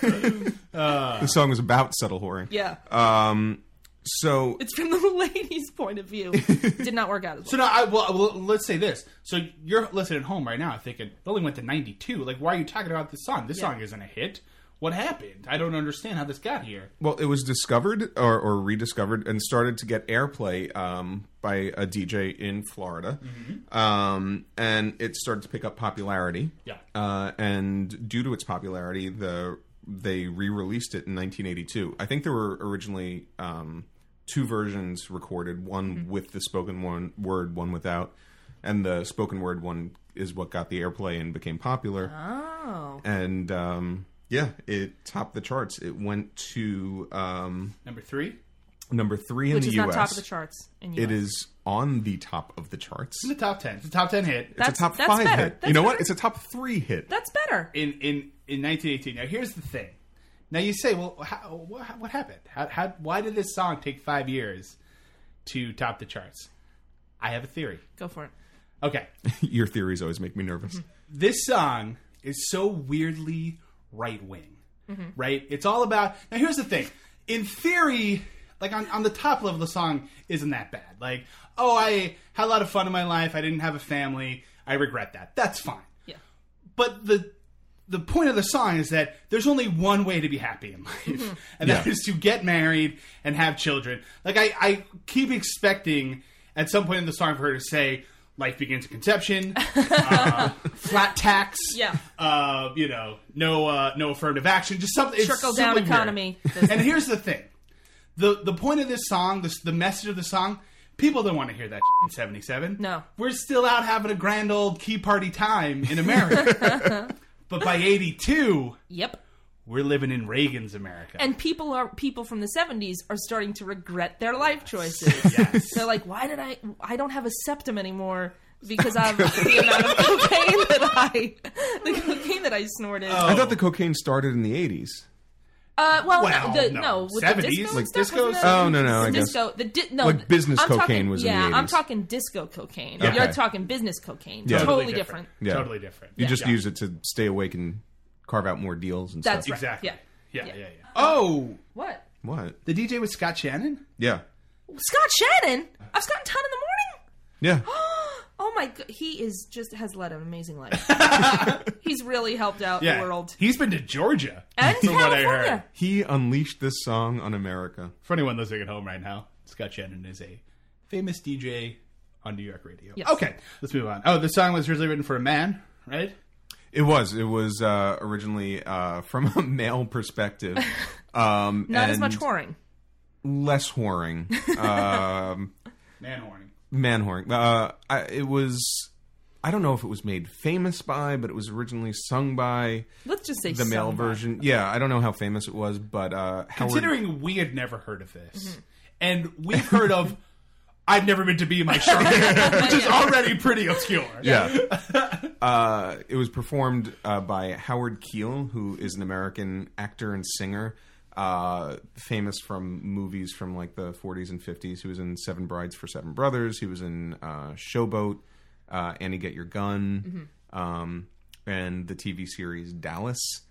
[SPEAKER 6] the song was about subtle whoring. Um,
[SPEAKER 2] yeah,
[SPEAKER 6] So
[SPEAKER 2] it's from the lady's point of view. Did not work out as well.
[SPEAKER 4] So now, I, well, well, let's say this. So you're listening at home right now, thinking it only went to 92. Like, why are you talking about this song? This
[SPEAKER 2] Yeah.
[SPEAKER 4] song isn't a hit. What happened? I don't understand how this got here.
[SPEAKER 6] Well, it was discovered or, or rediscovered and started to get airplay um, by a DJ in Florida. Um, and it started to pick up popularity.
[SPEAKER 4] Yeah.
[SPEAKER 6] Uh, and due to its popularity, the they re released it in 1982. I think there were originally um, two versions recorded one with the spoken one, word, one without. And the spoken word one is what got the airplay and became popular
[SPEAKER 2] Oh,
[SPEAKER 6] and um, yeah, it topped the charts. It went to um,
[SPEAKER 4] Number three.
[SPEAKER 6] number three in
[SPEAKER 2] which
[SPEAKER 6] the
[SPEAKER 2] is
[SPEAKER 6] U.S.
[SPEAKER 2] not top of the charts. In
[SPEAKER 6] It
[SPEAKER 2] US.
[SPEAKER 6] is on the top of the charts.
[SPEAKER 4] It's a top 10. It's a top 10 hit.
[SPEAKER 6] It's
[SPEAKER 2] That's-
[SPEAKER 6] a top
[SPEAKER 2] that's
[SPEAKER 6] five
[SPEAKER 2] better.
[SPEAKER 6] hit.
[SPEAKER 2] That's
[SPEAKER 6] you know what?
[SPEAKER 2] better.
[SPEAKER 6] It's a top three hit.
[SPEAKER 2] That's better.
[SPEAKER 4] in in in 1918. Now here's the thing. Now you say, well, how, what, what happened? How, how, why did this song take five years to top the charts? I have a theory.
[SPEAKER 2] Go for it.
[SPEAKER 4] Okay,
[SPEAKER 6] Your theories always make me nervous.
[SPEAKER 2] Mm-hmm.
[SPEAKER 4] this song is so weirdly right wing,
[SPEAKER 2] Mm-hmm.
[SPEAKER 4] right? It's all about. Now, here's the thing. In theory, like on, on the top level, the song isn't that bad. Like, oh, I had a lot of fun in my life. I didn't have a family. I regret that. That's fine.
[SPEAKER 2] Yeah.
[SPEAKER 4] But the the point of the song is that there's only one way to be happy in life,
[SPEAKER 2] Mm-hmm.
[SPEAKER 4] and that is
[SPEAKER 6] Yeah.
[SPEAKER 4] to get married and have children. Like I, I keep expecting at some point in the song for her to say, "Life begins at conception." uh, flat tax.
[SPEAKER 2] Yeah.
[SPEAKER 4] Uh, you know, no uh, no affirmative action, just something. it's
[SPEAKER 2] Trickle down
[SPEAKER 4] simply
[SPEAKER 2] economy.
[SPEAKER 4] weird. and here's the thing: the the point of this song, this, the message of the song, people don't want to hear that in '77.
[SPEAKER 2] No.
[SPEAKER 4] we're still out having a grand old key party time in America. but by '82,
[SPEAKER 2] Yep.
[SPEAKER 4] we're living in Reagan's America.
[SPEAKER 2] And people are people from the '70s are starting to regret their life choices.
[SPEAKER 4] yes.
[SPEAKER 2] They're like, why did I? I don't have a septum anymore because of the amount of cocaine that I, the cocaine that I snorted.
[SPEAKER 6] I thought the cocaine started in the eighties.
[SPEAKER 2] uh, well,
[SPEAKER 4] Well,
[SPEAKER 2] no, the,
[SPEAKER 4] no.
[SPEAKER 2] no. with
[SPEAKER 4] 70s?
[SPEAKER 2] the disco
[SPEAKER 4] Like
[SPEAKER 2] and stuff,
[SPEAKER 4] disco-
[SPEAKER 2] wasn't it?
[SPEAKER 6] Oh no, no, I guess.
[SPEAKER 2] disco. The di- no,
[SPEAKER 6] Like
[SPEAKER 2] the-
[SPEAKER 6] business
[SPEAKER 2] I'm talking-
[SPEAKER 6] cocaine was in the
[SPEAKER 2] yeah. I'm
[SPEAKER 6] 80s.
[SPEAKER 2] talking disco cocaine.
[SPEAKER 6] Okay.
[SPEAKER 2] You're talking business cocaine.
[SPEAKER 6] Yeah.
[SPEAKER 2] Totally, different.
[SPEAKER 6] Yeah.
[SPEAKER 4] Totally different.
[SPEAKER 6] You just
[SPEAKER 4] Yeah.
[SPEAKER 6] use it to stay awake and carve out more deals and
[SPEAKER 2] That's
[SPEAKER 6] stuff.
[SPEAKER 2] right.
[SPEAKER 4] exactly.
[SPEAKER 2] Yeah.
[SPEAKER 4] Yeah, yeah,
[SPEAKER 2] Yeah.
[SPEAKER 4] yeah. Oh,
[SPEAKER 2] What?
[SPEAKER 6] What?
[SPEAKER 4] the DJ was Scott Shannon.
[SPEAKER 6] Yeah,
[SPEAKER 2] Scott Shannon. I've gotten ton in the morning.
[SPEAKER 6] yeah.
[SPEAKER 2] Oh my god, he is just has led an amazing life. He's really helped out
[SPEAKER 4] Yeah,
[SPEAKER 2] the world
[SPEAKER 4] he's been to Georgia.
[SPEAKER 2] and
[SPEAKER 4] from what I
[SPEAKER 2] California.
[SPEAKER 4] heard.
[SPEAKER 6] he unleashed this song on America.
[SPEAKER 4] for anyone listening at home right now, Scott Shannon is a famous DJ on New York radio.
[SPEAKER 2] Yes.
[SPEAKER 4] Okay, let's move on. Oh, the song was originally written for a man, right?
[SPEAKER 6] It was. It was uh, originally uh, from a male perspective. Um,
[SPEAKER 2] Not as
[SPEAKER 6] and
[SPEAKER 2] much whoring.
[SPEAKER 6] Less whoring. Um,
[SPEAKER 4] Man warning.
[SPEAKER 6] man whoring. Uh, I, it was. I don't know if it was made famous by, but it was originally sung by
[SPEAKER 2] Let's just say
[SPEAKER 6] the male
[SPEAKER 2] some.
[SPEAKER 6] version. Yeah, I don't know how famous it was, but uh, Howard.
[SPEAKER 4] Considering we had never heard of this,
[SPEAKER 2] Mm-hmm.
[SPEAKER 4] and we've heard of I've never been to be my shark, which is already pretty obscure.
[SPEAKER 6] yeah. uh, it was performed uh, by Howard Keel, who is an American actor and singer, uh, famous from movies from like the 40s and 50s. He was in Seven Brides for Seven Brothers. He was in uh, Showboat, uh, Annie Get Your Gun,
[SPEAKER 4] Mm-hmm.
[SPEAKER 6] um, and the TV series Dallas.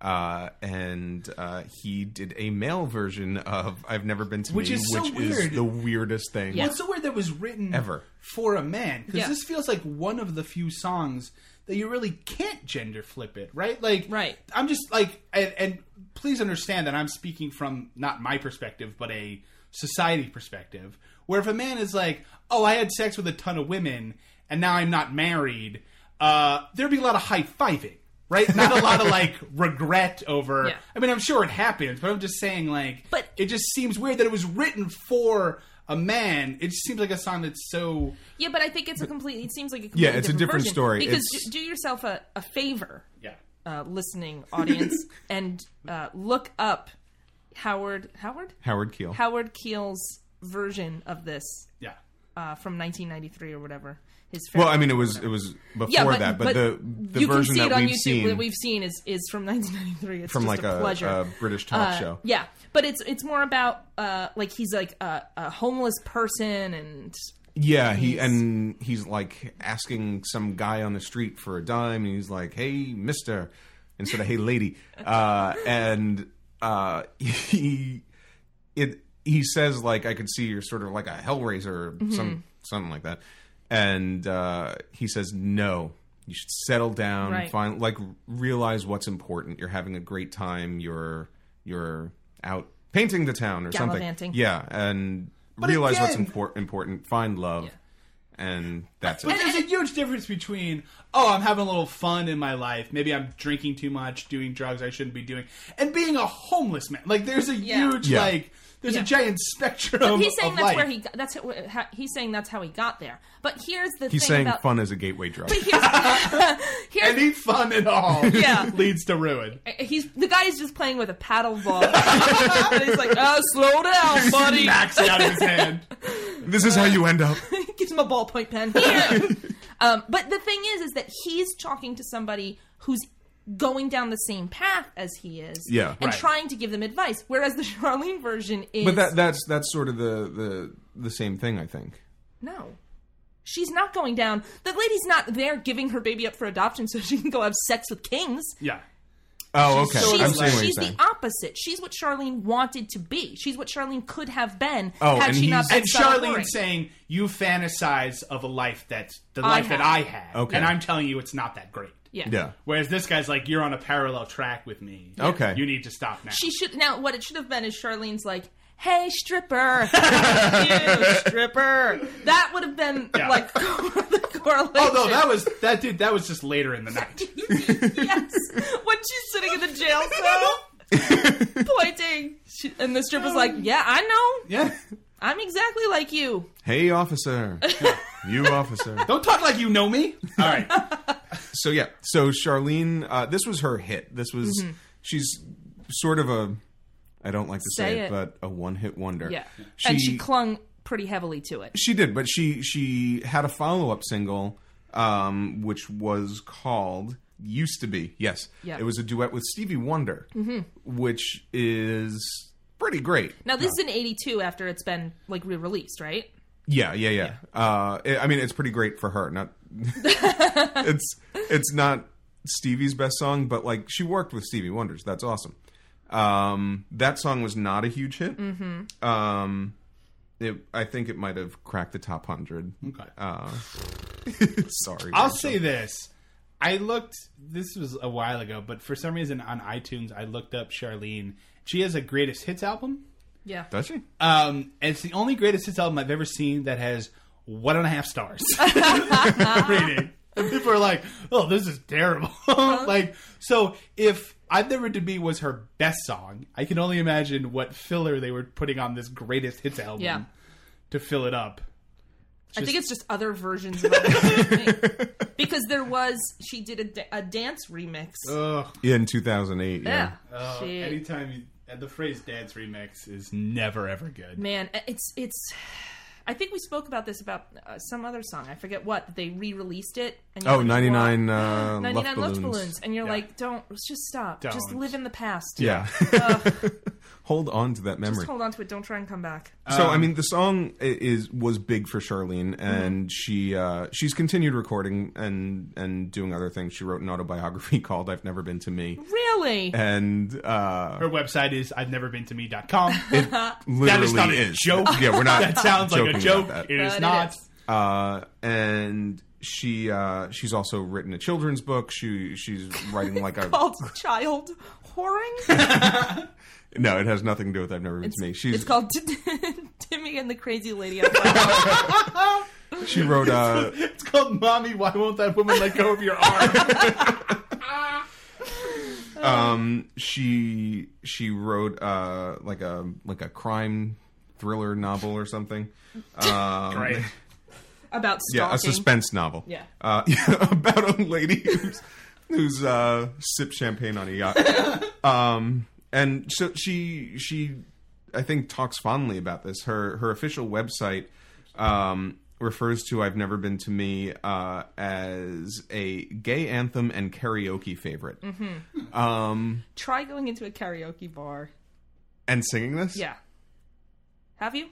[SPEAKER 6] Uh, and uh, he did a male version of "I've Never Been to
[SPEAKER 4] Which
[SPEAKER 6] Me,"
[SPEAKER 4] is so
[SPEAKER 6] which
[SPEAKER 4] weird.
[SPEAKER 6] is the weirdest thing.
[SPEAKER 4] What's the word that was written
[SPEAKER 6] Ever.
[SPEAKER 4] for a man? Because
[SPEAKER 2] Yeah.
[SPEAKER 4] this feels like one of the few songs that you really can't gender flip it, right? Like,
[SPEAKER 2] Right.
[SPEAKER 4] I'm just like, and, and please understand that I'm speaking from not my perspective, but a society perspective. Where if a man is like, "Oh, I had sex with a ton of women, and now I'm not married," uh, there'd be a lot of high fiving, right? Not a lot of like regret over.
[SPEAKER 2] Yeah.
[SPEAKER 4] I mean, I'm sure it happens, but I'm just saying, like,
[SPEAKER 2] But-
[SPEAKER 4] it just seems weird that it was written for a man. It just seems like a song that's so
[SPEAKER 2] Yeah, but I think it's a completely. It seems like a completely
[SPEAKER 6] Yeah, it's a different
[SPEAKER 2] version.
[SPEAKER 6] story.
[SPEAKER 2] Because
[SPEAKER 6] It's-
[SPEAKER 2] do- do yourself a, a favor,
[SPEAKER 4] yeah.
[SPEAKER 2] uh, listening audience, and uh, look up Howard Howard
[SPEAKER 6] Howard Keel.
[SPEAKER 2] Howard Keel's version of this
[SPEAKER 4] Yeah.
[SPEAKER 2] uh, from 1993 or whatever. His
[SPEAKER 6] Well,
[SPEAKER 2] favorite-
[SPEAKER 6] I mean, it was it was before
[SPEAKER 2] yeah, but,
[SPEAKER 6] that, but, the the
[SPEAKER 2] you can
[SPEAKER 6] version
[SPEAKER 2] see
[SPEAKER 6] that
[SPEAKER 2] it on
[SPEAKER 6] we've
[SPEAKER 2] YouTube
[SPEAKER 6] seen
[SPEAKER 2] that we've seen is is from 1993. It's
[SPEAKER 6] from
[SPEAKER 2] just
[SPEAKER 6] like
[SPEAKER 2] a
[SPEAKER 6] a,
[SPEAKER 2] pleasure.
[SPEAKER 6] a British talk
[SPEAKER 2] Uh,
[SPEAKER 6] show.
[SPEAKER 2] Yeah, but it's it's more about uh, like he's like a, a homeless person and
[SPEAKER 6] Yeah, he and he's like asking some guy on the street for a dime, and he's like, "Hey, Mister," instead of "Hey, lady," uh, and uh, he it he says like, "I could see you're sort of like a Hellraiser or
[SPEAKER 2] Mm-hmm.
[SPEAKER 6] some something like that," and uh, he says, "No." You should settle down,
[SPEAKER 2] Right.
[SPEAKER 6] find like realize what's important. You're having a great time. You're you're out painting the town or
[SPEAKER 2] Gallivanting.
[SPEAKER 6] something. Yeah, and realize what's
[SPEAKER 4] again-
[SPEAKER 6] impor- important. Find love, and that's
[SPEAKER 4] But
[SPEAKER 6] it.
[SPEAKER 4] there's a huge difference between, oh, I'm having a little fun in my life. Maybe I'm drinking too much, doing drugs I shouldn't be doing, and being a homeless man. Like, there's a
[SPEAKER 2] Yeah.
[SPEAKER 4] huge,
[SPEAKER 6] Yeah.
[SPEAKER 4] like, there's
[SPEAKER 2] Yeah.
[SPEAKER 4] a giant spectrum.
[SPEAKER 2] But he's saying
[SPEAKER 4] of
[SPEAKER 2] that's
[SPEAKER 4] life.
[SPEAKER 2] where he got, that's wh- how, he's saying that's how he got there. But here's the
[SPEAKER 6] He's
[SPEAKER 2] thing
[SPEAKER 6] saying
[SPEAKER 2] about
[SPEAKER 6] fun is a gateway drug.
[SPEAKER 2] but here's, here's
[SPEAKER 4] Any fun at all
[SPEAKER 2] Yeah.
[SPEAKER 4] leads to ruin.
[SPEAKER 2] he's the guy is just playing with a paddle ball. and he's like, "Oh, slow down, buddy.
[SPEAKER 4] Knocks it out of his hand.
[SPEAKER 6] this is how you end up.
[SPEAKER 2] Gives him a ballpoint pen. Here. um, but the thing is, is that he's talking to somebody who's going down the same path as he is,
[SPEAKER 6] Yeah.
[SPEAKER 2] and
[SPEAKER 6] Right.
[SPEAKER 2] trying to give them advice. Whereas the Charlene version is
[SPEAKER 6] But that that's that's sort of the the the same thing, I think.
[SPEAKER 2] No. She's not going down. The lady's not there giving her baby up for adoption so she can go have sex with kings.
[SPEAKER 4] Yeah.
[SPEAKER 6] Oh, okay. I'm
[SPEAKER 4] so
[SPEAKER 2] She's,
[SPEAKER 6] seeing what you're
[SPEAKER 2] she's the
[SPEAKER 6] saying.
[SPEAKER 2] opposite. She's what Charlene wanted to be. She's what Charlene could have been
[SPEAKER 6] Oh,
[SPEAKER 2] had
[SPEAKER 6] and
[SPEAKER 2] she not
[SPEAKER 6] he's-
[SPEAKER 2] been
[SPEAKER 4] And
[SPEAKER 2] so
[SPEAKER 4] Charlene's
[SPEAKER 2] boring.
[SPEAKER 4] saying, you fantasize of a life that's the
[SPEAKER 2] I
[SPEAKER 4] life that
[SPEAKER 2] have.
[SPEAKER 4] I had.
[SPEAKER 6] Okay.
[SPEAKER 4] And I'm telling you, it's not that great.
[SPEAKER 2] yeah.
[SPEAKER 6] yeah.
[SPEAKER 4] Whereas this guy's like, you're on a parallel track with me.
[SPEAKER 6] Okay.
[SPEAKER 4] You need to stop now.
[SPEAKER 2] She should now what it should have been is Charlene's like, "Hey stripper. you stripper." That would have been
[SPEAKER 4] Yeah.
[SPEAKER 2] like the correlation.
[SPEAKER 4] oh no, that was that dude. That was just later in the night.
[SPEAKER 2] yes. When she's sitting in the jail cell pointing she, and the stripper's like,
[SPEAKER 6] Um,
[SPEAKER 2] "Yeah, I know."
[SPEAKER 4] Yeah.
[SPEAKER 2] I'm exactly like you.
[SPEAKER 6] Hey, officer. you officer.
[SPEAKER 4] Don't talk like you know me. All right.
[SPEAKER 6] so yeah so charlene uh, this was her hit this was
[SPEAKER 2] Mm-hmm.
[SPEAKER 6] she's sort of a i don't like to say,
[SPEAKER 2] Say
[SPEAKER 6] it,
[SPEAKER 2] it.
[SPEAKER 6] but a one-hit wonder
[SPEAKER 2] Yeah.
[SPEAKER 6] she,
[SPEAKER 2] and she clung pretty heavily to it.
[SPEAKER 6] she did but she she had a follow-up single um, which was called used to be yes
[SPEAKER 2] Yeah.
[SPEAKER 6] it was a duet with stevie wonder Mm-hmm. which is pretty great
[SPEAKER 2] Now this is in 82 after it's been like re-released, right?
[SPEAKER 6] Yeah, yeah, yeah. Uh, i I mean, it's pretty great for her. Not it's it's not Stevie's best song, but like she worked with Stevie Wonders. That's awesome. Um, that song was not a huge hit. Mm-hmm. Um, it, I think it might have cracked the top hundred.
[SPEAKER 4] Okay.
[SPEAKER 6] Uh, sorry,
[SPEAKER 4] I'll
[SPEAKER 6] Rachel.
[SPEAKER 4] say this. I looked. This was a while ago, but for some reason on iTunes, I looked up Charlene. She has a greatest hits album.
[SPEAKER 2] Yeah.
[SPEAKER 6] Does she?
[SPEAKER 4] Um, and it's the only greatest hits album I've ever seen that has one and a half stars rating. And people are like, "Oh, this is terrible."
[SPEAKER 2] Uh-huh.
[SPEAKER 4] like, so if "I've Never Been to Be" was her best song, I can only imagine what filler they were putting on this greatest hits album
[SPEAKER 2] Yeah.
[SPEAKER 4] to fill it up.
[SPEAKER 2] I think it's just other versions of other things. because there was she did a, da- a dance remix.
[SPEAKER 6] Oh.
[SPEAKER 4] Ugh.
[SPEAKER 6] in 2008.
[SPEAKER 2] yeah,
[SPEAKER 6] Yeah.
[SPEAKER 4] Oh,
[SPEAKER 2] Shit.
[SPEAKER 4] anytime you, and the phrase "dance remix" is never ever good.
[SPEAKER 2] man, it's it's. I think we spoke about this about uh, some other song. I forget what that they re-released it. And you're
[SPEAKER 6] Oh,
[SPEAKER 2] like,
[SPEAKER 6] 99
[SPEAKER 2] why?
[SPEAKER 6] uh,
[SPEAKER 2] 99
[SPEAKER 6] left balloons.
[SPEAKER 2] and you're
[SPEAKER 4] Yeah.
[SPEAKER 2] like, don't just stop, just
[SPEAKER 4] Don't.
[SPEAKER 2] live in the past.
[SPEAKER 6] Yeah. Hold on to that memory.
[SPEAKER 2] just hold on to it. Don't try and come back.
[SPEAKER 6] So I mean, the song i- is was big for Charlene, and she uh, she's continued recording and and doing other things. She wrote an autobiography called "I've Never Been to Me,"
[SPEAKER 2] Really?
[SPEAKER 6] and uh,
[SPEAKER 4] Her website is I've never been to me.com.
[SPEAKER 6] literally
[SPEAKER 4] that is not a
[SPEAKER 6] is.
[SPEAKER 4] joke.
[SPEAKER 6] Yeah, we're not.
[SPEAKER 4] that sounds like a
[SPEAKER 6] joking
[SPEAKER 4] joke.
[SPEAKER 6] about that.
[SPEAKER 4] It
[SPEAKER 2] But
[SPEAKER 4] is
[SPEAKER 2] it
[SPEAKER 4] not.
[SPEAKER 2] is.
[SPEAKER 6] Uh, and she uh, she's also written a children's book. She she's writing like a
[SPEAKER 2] Called child whoring.
[SPEAKER 6] no, it has nothing to do with "I've Never Been to Me." She's
[SPEAKER 2] it's called Timmy and the Crazy Lady. on Fire.
[SPEAKER 6] she wrote uh,
[SPEAKER 4] It's called "Mommy, Why Won't That Woman Let Go of Your Arm?"
[SPEAKER 6] um she she wrote uh like a like a crime thriller novel or something um
[SPEAKER 4] right.
[SPEAKER 2] about stalking.
[SPEAKER 6] yeah a suspense novel
[SPEAKER 2] Yeah.
[SPEAKER 6] uh yeah, about a lady who's who's uh sipped champagne on a yacht um and so she she i think talks fondly about this her her official website um refers to i've never been to me uh as a gay anthem and karaoke favorite
[SPEAKER 2] Mm-hmm. Try going into a karaoke bar.
[SPEAKER 6] and singing this
[SPEAKER 2] Yeah. Have you?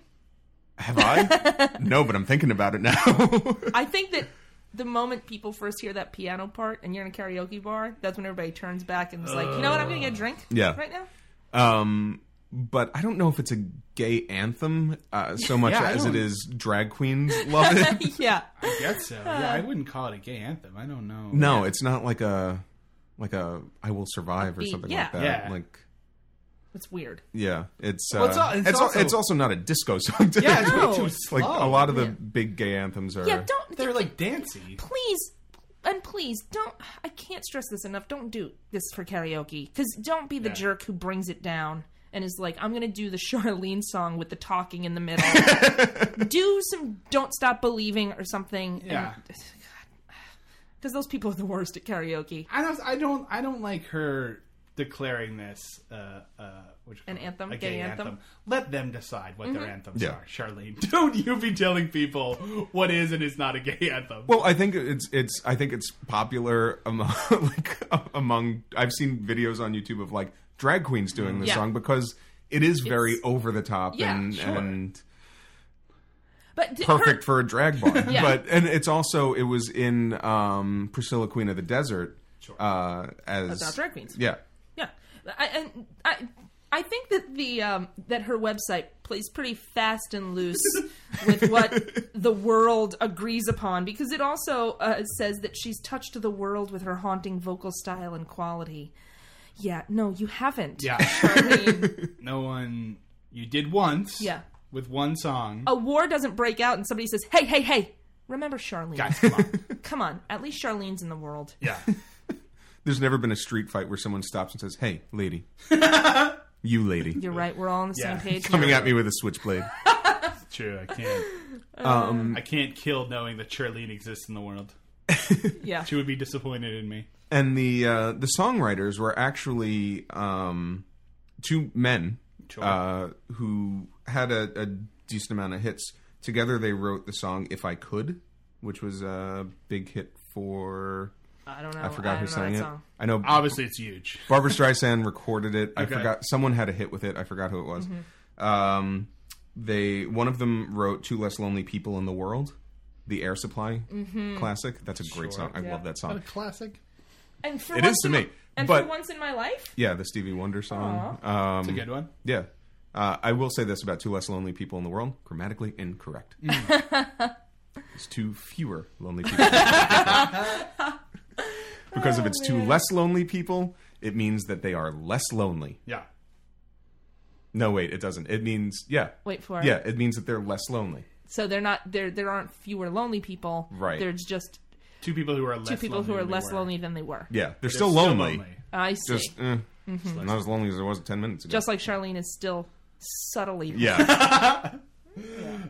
[SPEAKER 6] Have I? no, but I'm thinking about it now.
[SPEAKER 2] I think that the moment people first hear that piano part and you're in a karaoke bar, that's when everybody turns back and is like, you know what, I'm going to get a drink
[SPEAKER 6] Yeah.
[SPEAKER 2] right now.
[SPEAKER 6] um, but I don't know if it's a gay anthem uh, so much
[SPEAKER 4] Yeah, I
[SPEAKER 6] as it
[SPEAKER 4] don't-
[SPEAKER 6] is drag queens love it.
[SPEAKER 2] yeah.
[SPEAKER 4] I guess so. Yeah, I wouldn't call it a gay anthem. I don't know.
[SPEAKER 6] no, it's not like a like a I will survive or
[SPEAKER 2] beat,
[SPEAKER 6] something
[SPEAKER 2] yeah.
[SPEAKER 6] like that.
[SPEAKER 4] Yeah.
[SPEAKER 6] Like
[SPEAKER 2] It's weird.
[SPEAKER 6] yeah, it's uh,
[SPEAKER 4] Well, it's
[SPEAKER 6] it's,
[SPEAKER 4] al- it's
[SPEAKER 6] al-
[SPEAKER 4] also-
[SPEAKER 6] it's also not a disco song. to-
[SPEAKER 4] Yeah, it's Oh,
[SPEAKER 2] No.
[SPEAKER 4] way too
[SPEAKER 6] It's
[SPEAKER 4] slow.
[SPEAKER 6] like a lot of the
[SPEAKER 2] Yeah.
[SPEAKER 6] big gay anthems are.
[SPEAKER 2] Yeah, don't.
[SPEAKER 4] They're like dancey.
[SPEAKER 2] please and please don't i can't stress this enough don't do this for karaoke because don't be the
[SPEAKER 4] Yeah.
[SPEAKER 2] jerk who brings it down and is like i'm gonna do the charlene song with the talking in the middle do some don't stop believing or something
[SPEAKER 4] Yeah.
[SPEAKER 2] because those people are the worst at karaoke
[SPEAKER 4] I don't. I don't. I don't like her declaring this. Uh, uh, what you
[SPEAKER 2] An
[SPEAKER 4] call it?
[SPEAKER 2] anthem?
[SPEAKER 4] a
[SPEAKER 2] Gay
[SPEAKER 4] gay,
[SPEAKER 2] anthem?
[SPEAKER 4] anthem. Let them decide what their anthems
[SPEAKER 6] Yeah.
[SPEAKER 4] are. Charlene, don't you be telling people what is and is not a gay anthem.
[SPEAKER 6] Well, I think it's it's I think it's popular among like among I've seen videos on YouTube of like drag queens
[SPEAKER 4] Mm.
[SPEAKER 6] doing this
[SPEAKER 2] Yeah.
[SPEAKER 6] song because it is very
[SPEAKER 2] It's-
[SPEAKER 6] over the top
[SPEAKER 2] Yeah,
[SPEAKER 6] and
[SPEAKER 2] sure.
[SPEAKER 6] and
[SPEAKER 2] but d- her-
[SPEAKER 6] perfect for a drag bar.
[SPEAKER 2] Yeah.
[SPEAKER 6] But and it's also it was in um, Priscilla Queen of the Desert uh, as
[SPEAKER 2] About drag queens.
[SPEAKER 6] Yeah,
[SPEAKER 2] Yeah, I, and I, I think that the um, that her website plays pretty fast and loose with what the world agrees upon because it also uh, says that she's touched the world with her haunting vocal style and quality. Yeah, no, you haven't.
[SPEAKER 4] yeah,
[SPEAKER 2] Charlene.
[SPEAKER 4] no one. You did once.
[SPEAKER 2] Yeah. Oh.
[SPEAKER 4] with one song.
[SPEAKER 2] a war doesn't break out and somebody says, "Hey, hey, hey." Remember Charlene.
[SPEAKER 4] Guys, come on.
[SPEAKER 2] Come on, at least Charlene's in the world.
[SPEAKER 4] yeah,
[SPEAKER 6] there's never been a street fight where someone stops and says, "Hey, lady, you lady."
[SPEAKER 2] You're right, we're all on the
[SPEAKER 4] Yeah.
[SPEAKER 2] same page.
[SPEAKER 6] Coming
[SPEAKER 2] here.
[SPEAKER 6] at me with a switchblade.
[SPEAKER 4] it's true. I can't.
[SPEAKER 2] Um,
[SPEAKER 4] I can't kill knowing that Charlene exists in the world.
[SPEAKER 2] Yeah.
[SPEAKER 4] She would be disappointed in me.
[SPEAKER 6] and the uh, the songwriters were actually um, two men
[SPEAKER 4] Sure.
[SPEAKER 6] uh, who had a, a decent amount of hits. Together, they wrote the song "If I Could," which was a big hit for
[SPEAKER 2] Oh, I don't know.
[SPEAKER 6] I
[SPEAKER 2] don't
[SPEAKER 6] forgot who
[SPEAKER 2] know
[SPEAKER 6] sang
[SPEAKER 2] that
[SPEAKER 6] it.
[SPEAKER 2] song.
[SPEAKER 6] I know
[SPEAKER 4] Obviously, it's huge.
[SPEAKER 6] Barbara Streisand recorded it. I
[SPEAKER 4] Okay.
[SPEAKER 6] forgot someone had a hit with it. I forgot who it was.
[SPEAKER 2] Mm-hmm.
[SPEAKER 6] Um, they one of them wrote Two Less Lonely People in the World," the Air Supply
[SPEAKER 2] Mm-hmm.
[SPEAKER 6] classic. That's a great song. I love that song.
[SPEAKER 4] classic.
[SPEAKER 2] And for
[SPEAKER 6] It
[SPEAKER 2] once
[SPEAKER 6] is to
[SPEAKER 2] in
[SPEAKER 6] me,
[SPEAKER 2] my- and
[SPEAKER 6] but-
[SPEAKER 2] for once in my life,
[SPEAKER 6] Yeah, the Stevie Wonder song. Um,
[SPEAKER 4] It's a good one.
[SPEAKER 6] Yeah. Uh, I will say this about two less lonely people in the world grammatically incorrect. it's two fewer lonely people. because if it's two less lonely people, it means that they are less lonely.
[SPEAKER 4] Yeah.
[SPEAKER 6] No, wait, it doesn't. It means, yeah.
[SPEAKER 2] Wait for it.
[SPEAKER 6] Yeah, it means that they're less lonely.
[SPEAKER 2] So they're not there. There aren't fewer lonely people.
[SPEAKER 6] Right.
[SPEAKER 2] There's just
[SPEAKER 4] Two people who are less
[SPEAKER 2] Two people who are
[SPEAKER 4] lonely than they
[SPEAKER 2] less
[SPEAKER 4] were.
[SPEAKER 2] lonely than they were.
[SPEAKER 6] Yeah, they're,
[SPEAKER 4] They're
[SPEAKER 6] still, lonely.
[SPEAKER 2] I see.
[SPEAKER 6] Just eh, not as lonely as I was ten minutes ago.
[SPEAKER 2] Mm-hmm. Just like Charlene is still subtly.
[SPEAKER 6] yeah,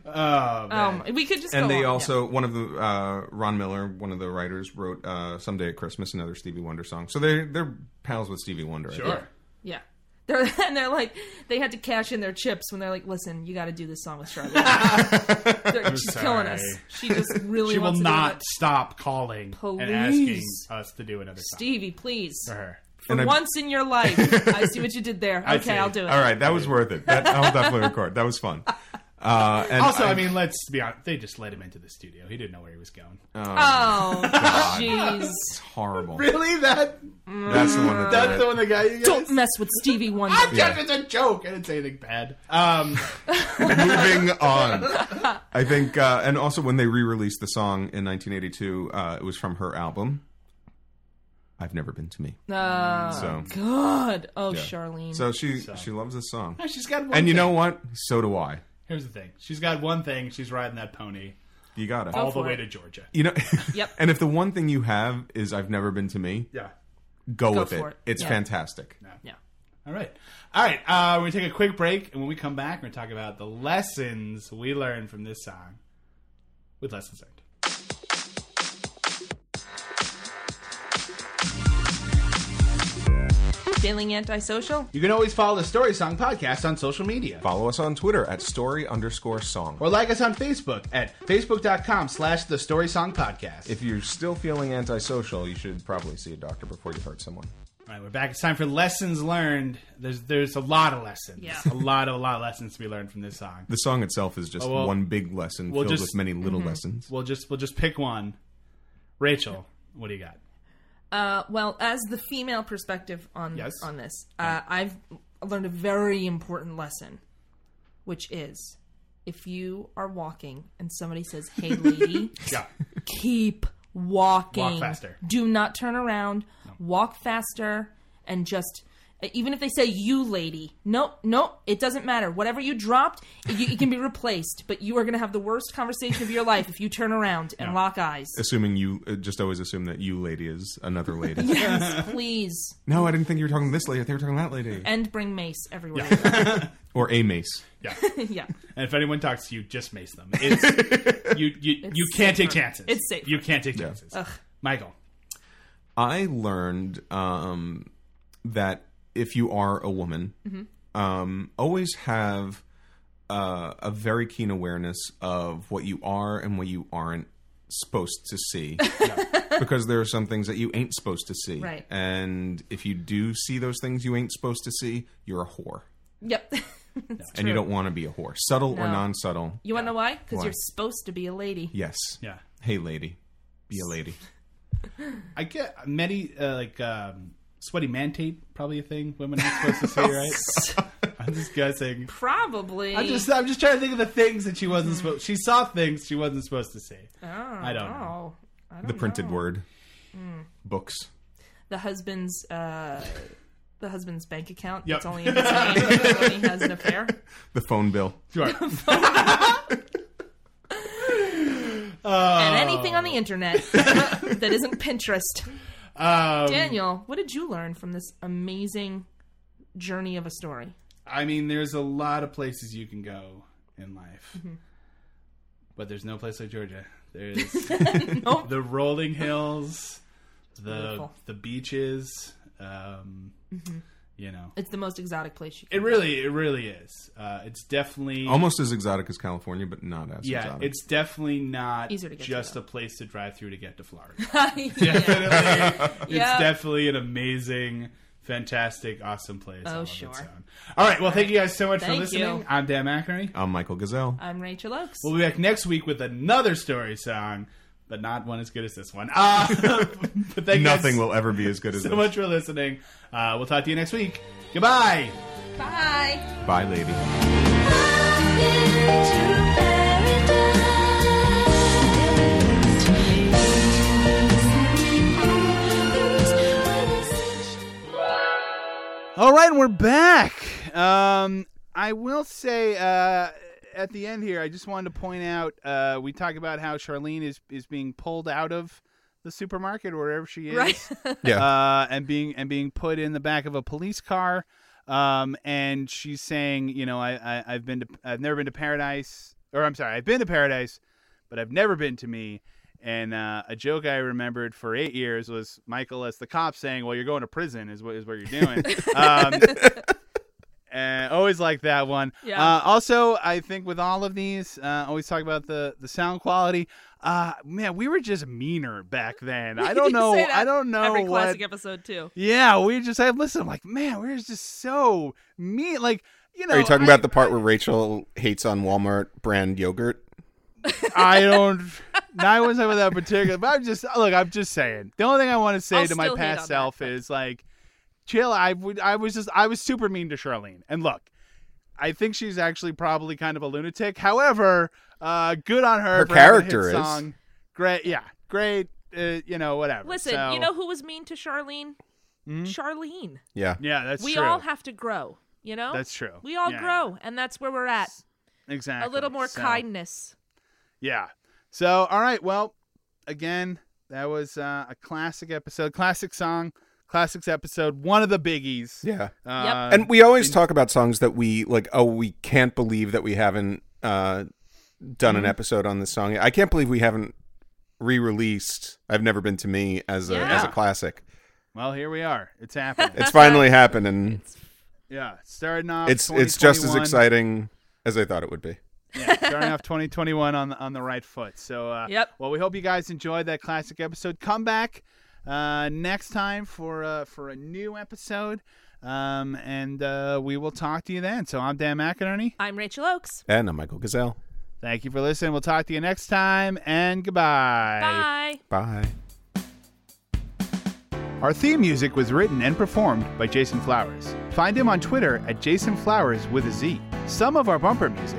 [SPEAKER 4] Oh, man.
[SPEAKER 2] Um, we could just. go
[SPEAKER 6] and they
[SPEAKER 2] on,
[SPEAKER 6] also one of the uh, Ron Miller, one of the writers, wrote uh, "Someday at Christmas," another Stevie Wonder song. So they're they're pals with Stevie Wonder. I
[SPEAKER 4] sure.
[SPEAKER 6] think.
[SPEAKER 2] Yeah. yeah. They're, and they're like, they had to cash in their chips when they're like, listen, you got to do this song with Charlene. They're- She's killing us.
[SPEAKER 4] sorry.
[SPEAKER 2] She just really
[SPEAKER 4] She will
[SPEAKER 2] wants to do
[SPEAKER 4] not
[SPEAKER 2] it.
[SPEAKER 4] stop calling and asking
[SPEAKER 2] Please.
[SPEAKER 4] us to do another song
[SPEAKER 2] Stevie, please.
[SPEAKER 4] for her.
[SPEAKER 2] For
[SPEAKER 6] And I-
[SPEAKER 2] once in your life, I see what you did there.
[SPEAKER 4] I see.
[SPEAKER 2] Okay, I'll do it.
[SPEAKER 6] All right, that was worth it. That, I'll definitely record. That was fun. Uh, and
[SPEAKER 4] Also, I mean, let's be honest. They just let him into the studio. He didn't know where he was going.
[SPEAKER 2] Oh, jeez.
[SPEAKER 6] it's horrible.
[SPEAKER 4] Really? That
[SPEAKER 6] That's the one. That did it.
[SPEAKER 4] one that got you. Guys?
[SPEAKER 2] Uh, Don't mess with Stevie Wonder.
[SPEAKER 4] I'm just- It's a joke. I didn't say anything bad. Um,
[SPEAKER 6] Moving on. I think, uh, and also when they re released the song in 1982, uh, it was from her album, I've Never Been to Me.
[SPEAKER 2] Oh,
[SPEAKER 6] So-
[SPEAKER 2] God. Oh,
[SPEAKER 6] Yeah.
[SPEAKER 2] Charlene.
[SPEAKER 6] So she she loves this song.
[SPEAKER 4] she's got one
[SPEAKER 6] And you
[SPEAKER 4] thing.
[SPEAKER 6] know what? So do I.
[SPEAKER 4] here's the thing. She's got one thing. She's riding that pony
[SPEAKER 6] You gotta.
[SPEAKER 4] all the
[SPEAKER 2] for
[SPEAKER 4] way
[SPEAKER 2] it.
[SPEAKER 4] to Georgia.
[SPEAKER 6] You know,
[SPEAKER 2] Yep.
[SPEAKER 6] and if the one thing you have is I've Never Been to Me,
[SPEAKER 4] Yeah.
[SPEAKER 6] go,
[SPEAKER 2] Go
[SPEAKER 6] with it.
[SPEAKER 2] for it.
[SPEAKER 6] It's
[SPEAKER 2] Yeah.
[SPEAKER 6] fantastic.
[SPEAKER 2] yeah.
[SPEAKER 4] All right. All right. Uh, we're going to take a quick break. And when we come back, we're going to talk about the lessons we learned from this song with Lessons Learned.
[SPEAKER 2] Feeling antisocial?
[SPEAKER 4] You can always follow the Story Song podcast on social media.
[SPEAKER 6] Follow us on Twitter at story underscore song.
[SPEAKER 4] Or like us on Facebook at facebook.com slash the Story Song podcast.
[SPEAKER 6] If you're still feeling antisocial, you should probably see a doctor before you hurt someone.
[SPEAKER 4] All right, we're back. It's time for lessons learned. There's there's a lot of lessons.
[SPEAKER 2] Yeah.
[SPEAKER 4] A lot of a lot of lessons to be learned from this song.
[SPEAKER 6] The song itself is just
[SPEAKER 4] Oh, well,
[SPEAKER 6] one big lesson
[SPEAKER 4] we'll
[SPEAKER 6] filled
[SPEAKER 4] just-
[SPEAKER 6] with many little
[SPEAKER 2] Mm-hmm.
[SPEAKER 6] lessons.
[SPEAKER 4] We'll just we'll just pick one. Rachel, what do you got?
[SPEAKER 2] Uh, well, as the female perspective on
[SPEAKER 4] Yes.
[SPEAKER 2] on this, uh, I've learned a very important lesson, which is if you are walking and somebody says, "Hey, lady,"
[SPEAKER 4] Yeah.
[SPEAKER 2] keep walking.
[SPEAKER 4] Walk faster.
[SPEAKER 2] Do not turn around. Walk faster and just even if they say you lady no no it doesn't matter whatever you dropped it, you, it can be replaced but you are going to have the worst conversation of your life if you turn around and lock eyes
[SPEAKER 6] assuming you uh, just always assume that you lady is another lady.
[SPEAKER 2] yes please
[SPEAKER 6] No, I didn't think you were talking to this lady. I think you were talking to that lady
[SPEAKER 2] and bring mace everywhere you
[SPEAKER 6] or a mace.
[SPEAKER 4] Yeah.
[SPEAKER 2] go. yeah
[SPEAKER 4] And if anyone talks to you, just mace them. It's you you, you can't take chances.
[SPEAKER 2] It's safer.
[SPEAKER 4] You can't take chances. Michael.
[SPEAKER 6] I learned um, that if you are a woman,
[SPEAKER 2] Mm-hmm.
[SPEAKER 6] um, always have uh, a very keen awareness of what you are and what you aren't supposed to see. because there are some things that you ain't supposed to see.
[SPEAKER 2] Right.
[SPEAKER 6] And if you do see those things you ain't supposed to see, you're a whore.
[SPEAKER 2] Yep.
[SPEAKER 6] and you don't want to be a whore, subtle or
[SPEAKER 2] No.
[SPEAKER 6] non-subtle.
[SPEAKER 2] You want to know why? Because
[SPEAKER 6] Why?
[SPEAKER 2] you're supposed to be a lady.
[SPEAKER 6] Yes.
[SPEAKER 4] Yeah.
[SPEAKER 6] Hey, lady, be a lady.
[SPEAKER 4] I get many uh, like um, sweaty man tape, probably a thing women are supposed to say, right? I'm just guessing.
[SPEAKER 2] Probably. Mm.
[SPEAKER 4] I'm just I'm just trying to think of the things that she wasn't supposed. She saw things she wasn't supposed to see. I don't know.
[SPEAKER 2] Oh, I don't
[SPEAKER 6] The printed
[SPEAKER 2] know. Mm.
[SPEAKER 6] word, books.
[SPEAKER 2] The husband's. Uh, the husband's bank account.
[SPEAKER 4] Yep.
[SPEAKER 2] That's only in his name when he has an affair.
[SPEAKER 6] The phone bill.
[SPEAKER 4] Sure.
[SPEAKER 2] And anything
[SPEAKER 4] Oh.
[SPEAKER 2] on the internet that isn't Pinterest.
[SPEAKER 4] Um,
[SPEAKER 2] Daniel, what did you learn from this amazing journey of a story?
[SPEAKER 4] I mean, there's a lot of places you can go in life, but there's no place like Georgia. There's
[SPEAKER 2] Nope.
[SPEAKER 4] the rolling hills, the
[SPEAKER 2] Beautiful.
[SPEAKER 4] the beaches. Um, You know,
[SPEAKER 2] It's the most exotic place you can.
[SPEAKER 4] it really, it really is. Uh, it's definitely
[SPEAKER 6] Almost as exotic as California, but not as
[SPEAKER 4] yeah.
[SPEAKER 6] exotic.
[SPEAKER 4] It's definitely not
[SPEAKER 2] Easier to get to,
[SPEAKER 4] just
[SPEAKER 2] though.
[SPEAKER 4] a place to drive through to get to Florida.
[SPEAKER 2] yeah.
[SPEAKER 4] Definitely, it's
[SPEAKER 2] Yeah.
[SPEAKER 4] definitely an amazing. Fantastic, awesome place.
[SPEAKER 2] Oh,
[SPEAKER 4] all of its
[SPEAKER 2] sure.
[SPEAKER 4] own. All right. Well, thank you guys so much for
[SPEAKER 2] Thank
[SPEAKER 4] listening.
[SPEAKER 2] you.
[SPEAKER 4] I'm Dan McInerney.
[SPEAKER 6] I'm Michael Gazelle.
[SPEAKER 4] Uh,
[SPEAKER 2] I'm Rachel Oakes.
[SPEAKER 4] We'll be back next week with another story song, but not one as good as this one. Uh, but thank
[SPEAKER 6] Nothing
[SPEAKER 4] you guys
[SPEAKER 6] will ever be as good as
[SPEAKER 4] so
[SPEAKER 6] this.
[SPEAKER 4] much for listening. Uh, we'll talk to you next week. Goodbye.
[SPEAKER 2] Bye.
[SPEAKER 6] Bye, lady.
[SPEAKER 7] Into paradise,
[SPEAKER 1] All right, we're back. Um, I will say uh, at the end here, I just wanted to point out uh, we talk about how Charlene is is being pulled out of
[SPEAKER 4] the supermarket or wherever she is,
[SPEAKER 2] Right.
[SPEAKER 6] Yeah.
[SPEAKER 4] uh, and being and being put in the back of a police car. Um, and she's saying, you know, I, I I've been to I've never been to paradise, or I'm sorry, I've been to paradise, but I've never been to me. And uh, a joke I remembered for eight years was Michael as the cop saying, "Well, you're going to prison, is what is what you're doing." um, and always like that one.
[SPEAKER 2] Yeah.
[SPEAKER 4] Uh, also, I think with all of these, uh, always talk about the the sound quality. Uh, man, we were just meaner back then. I don't
[SPEAKER 2] You
[SPEAKER 4] know.
[SPEAKER 2] say that
[SPEAKER 4] I don't know
[SPEAKER 2] Every
[SPEAKER 4] Oh, what.
[SPEAKER 2] classic episode too.
[SPEAKER 4] Yeah, we just I listen. I'm like, man, we're just so mean. Like, you know,
[SPEAKER 6] Are you talking
[SPEAKER 4] I-
[SPEAKER 6] about the part where Rachel hates on Walmart brand yogurt?
[SPEAKER 4] I don't. No, I wasn't talking about that particular. But I'm just look. I'm just saying. The only thing I want to say
[SPEAKER 2] I'll
[SPEAKER 4] to my
[SPEAKER 2] still hate on
[SPEAKER 4] past
[SPEAKER 2] that,
[SPEAKER 4] self
[SPEAKER 2] but-
[SPEAKER 4] is like, chill. I would. I was just. I was super mean to Charlene. And look, I think she's actually probably kind of a lunatic. However, uh, good on her.
[SPEAKER 6] Her
[SPEAKER 4] for having a hit
[SPEAKER 6] character is.
[SPEAKER 4] song. great. Yeah, great. Uh, you know, whatever.
[SPEAKER 2] Listen,
[SPEAKER 4] So-
[SPEAKER 2] you know who was mean to Charlene? Charlene.
[SPEAKER 6] Yeah.
[SPEAKER 4] Yeah, that's
[SPEAKER 2] we
[SPEAKER 4] true.
[SPEAKER 2] all have to grow. You know.
[SPEAKER 4] That's true.
[SPEAKER 2] We all
[SPEAKER 4] Yeah.
[SPEAKER 2] grow, and that's where we're at.
[SPEAKER 4] exactly
[SPEAKER 2] A little more
[SPEAKER 4] So-
[SPEAKER 2] kindness.
[SPEAKER 4] Yeah. So, all right. Well, again, that was uh, a classic episode, classic song, classics episode, one of the biggies.
[SPEAKER 6] Yeah.
[SPEAKER 4] Uh,
[SPEAKER 6] and we always talk about songs that we like oh we can't believe that we haven't uh done
[SPEAKER 4] Mm-hmm.
[SPEAKER 6] an episode on this song i can't believe we haven't re-released i've never been to me as a as a
[SPEAKER 4] Yeah.
[SPEAKER 6] classic
[SPEAKER 4] well, here we are. It's happening.
[SPEAKER 6] it's finally happened and
[SPEAKER 4] yeah. Starting off.
[SPEAKER 6] it's it's just as
[SPEAKER 4] 2021.
[SPEAKER 6] exciting as i thought it would be
[SPEAKER 4] Yeah, starting off 2021 on the, on the right foot. So, uh,
[SPEAKER 2] Yep.
[SPEAKER 4] Well, we hope you guys enjoyed that classic episode. Come back uh, next time for uh, for a new episode, um, and uh, we will talk to you then. So, I'm Dan McInerney.
[SPEAKER 2] I'm Rachel Oakes.
[SPEAKER 6] and i'm michael gazelle
[SPEAKER 4] Thank you for listening. We'll talk to you next time, and goodbye.
[SPEAKER 2] Bye.
[SPEAKER 6] bye
[SPEAKER 4] Our theme music was written and performed by Jason Flowers. Find him on Twitter at Jason Flowers with a Z. Some of our bumper music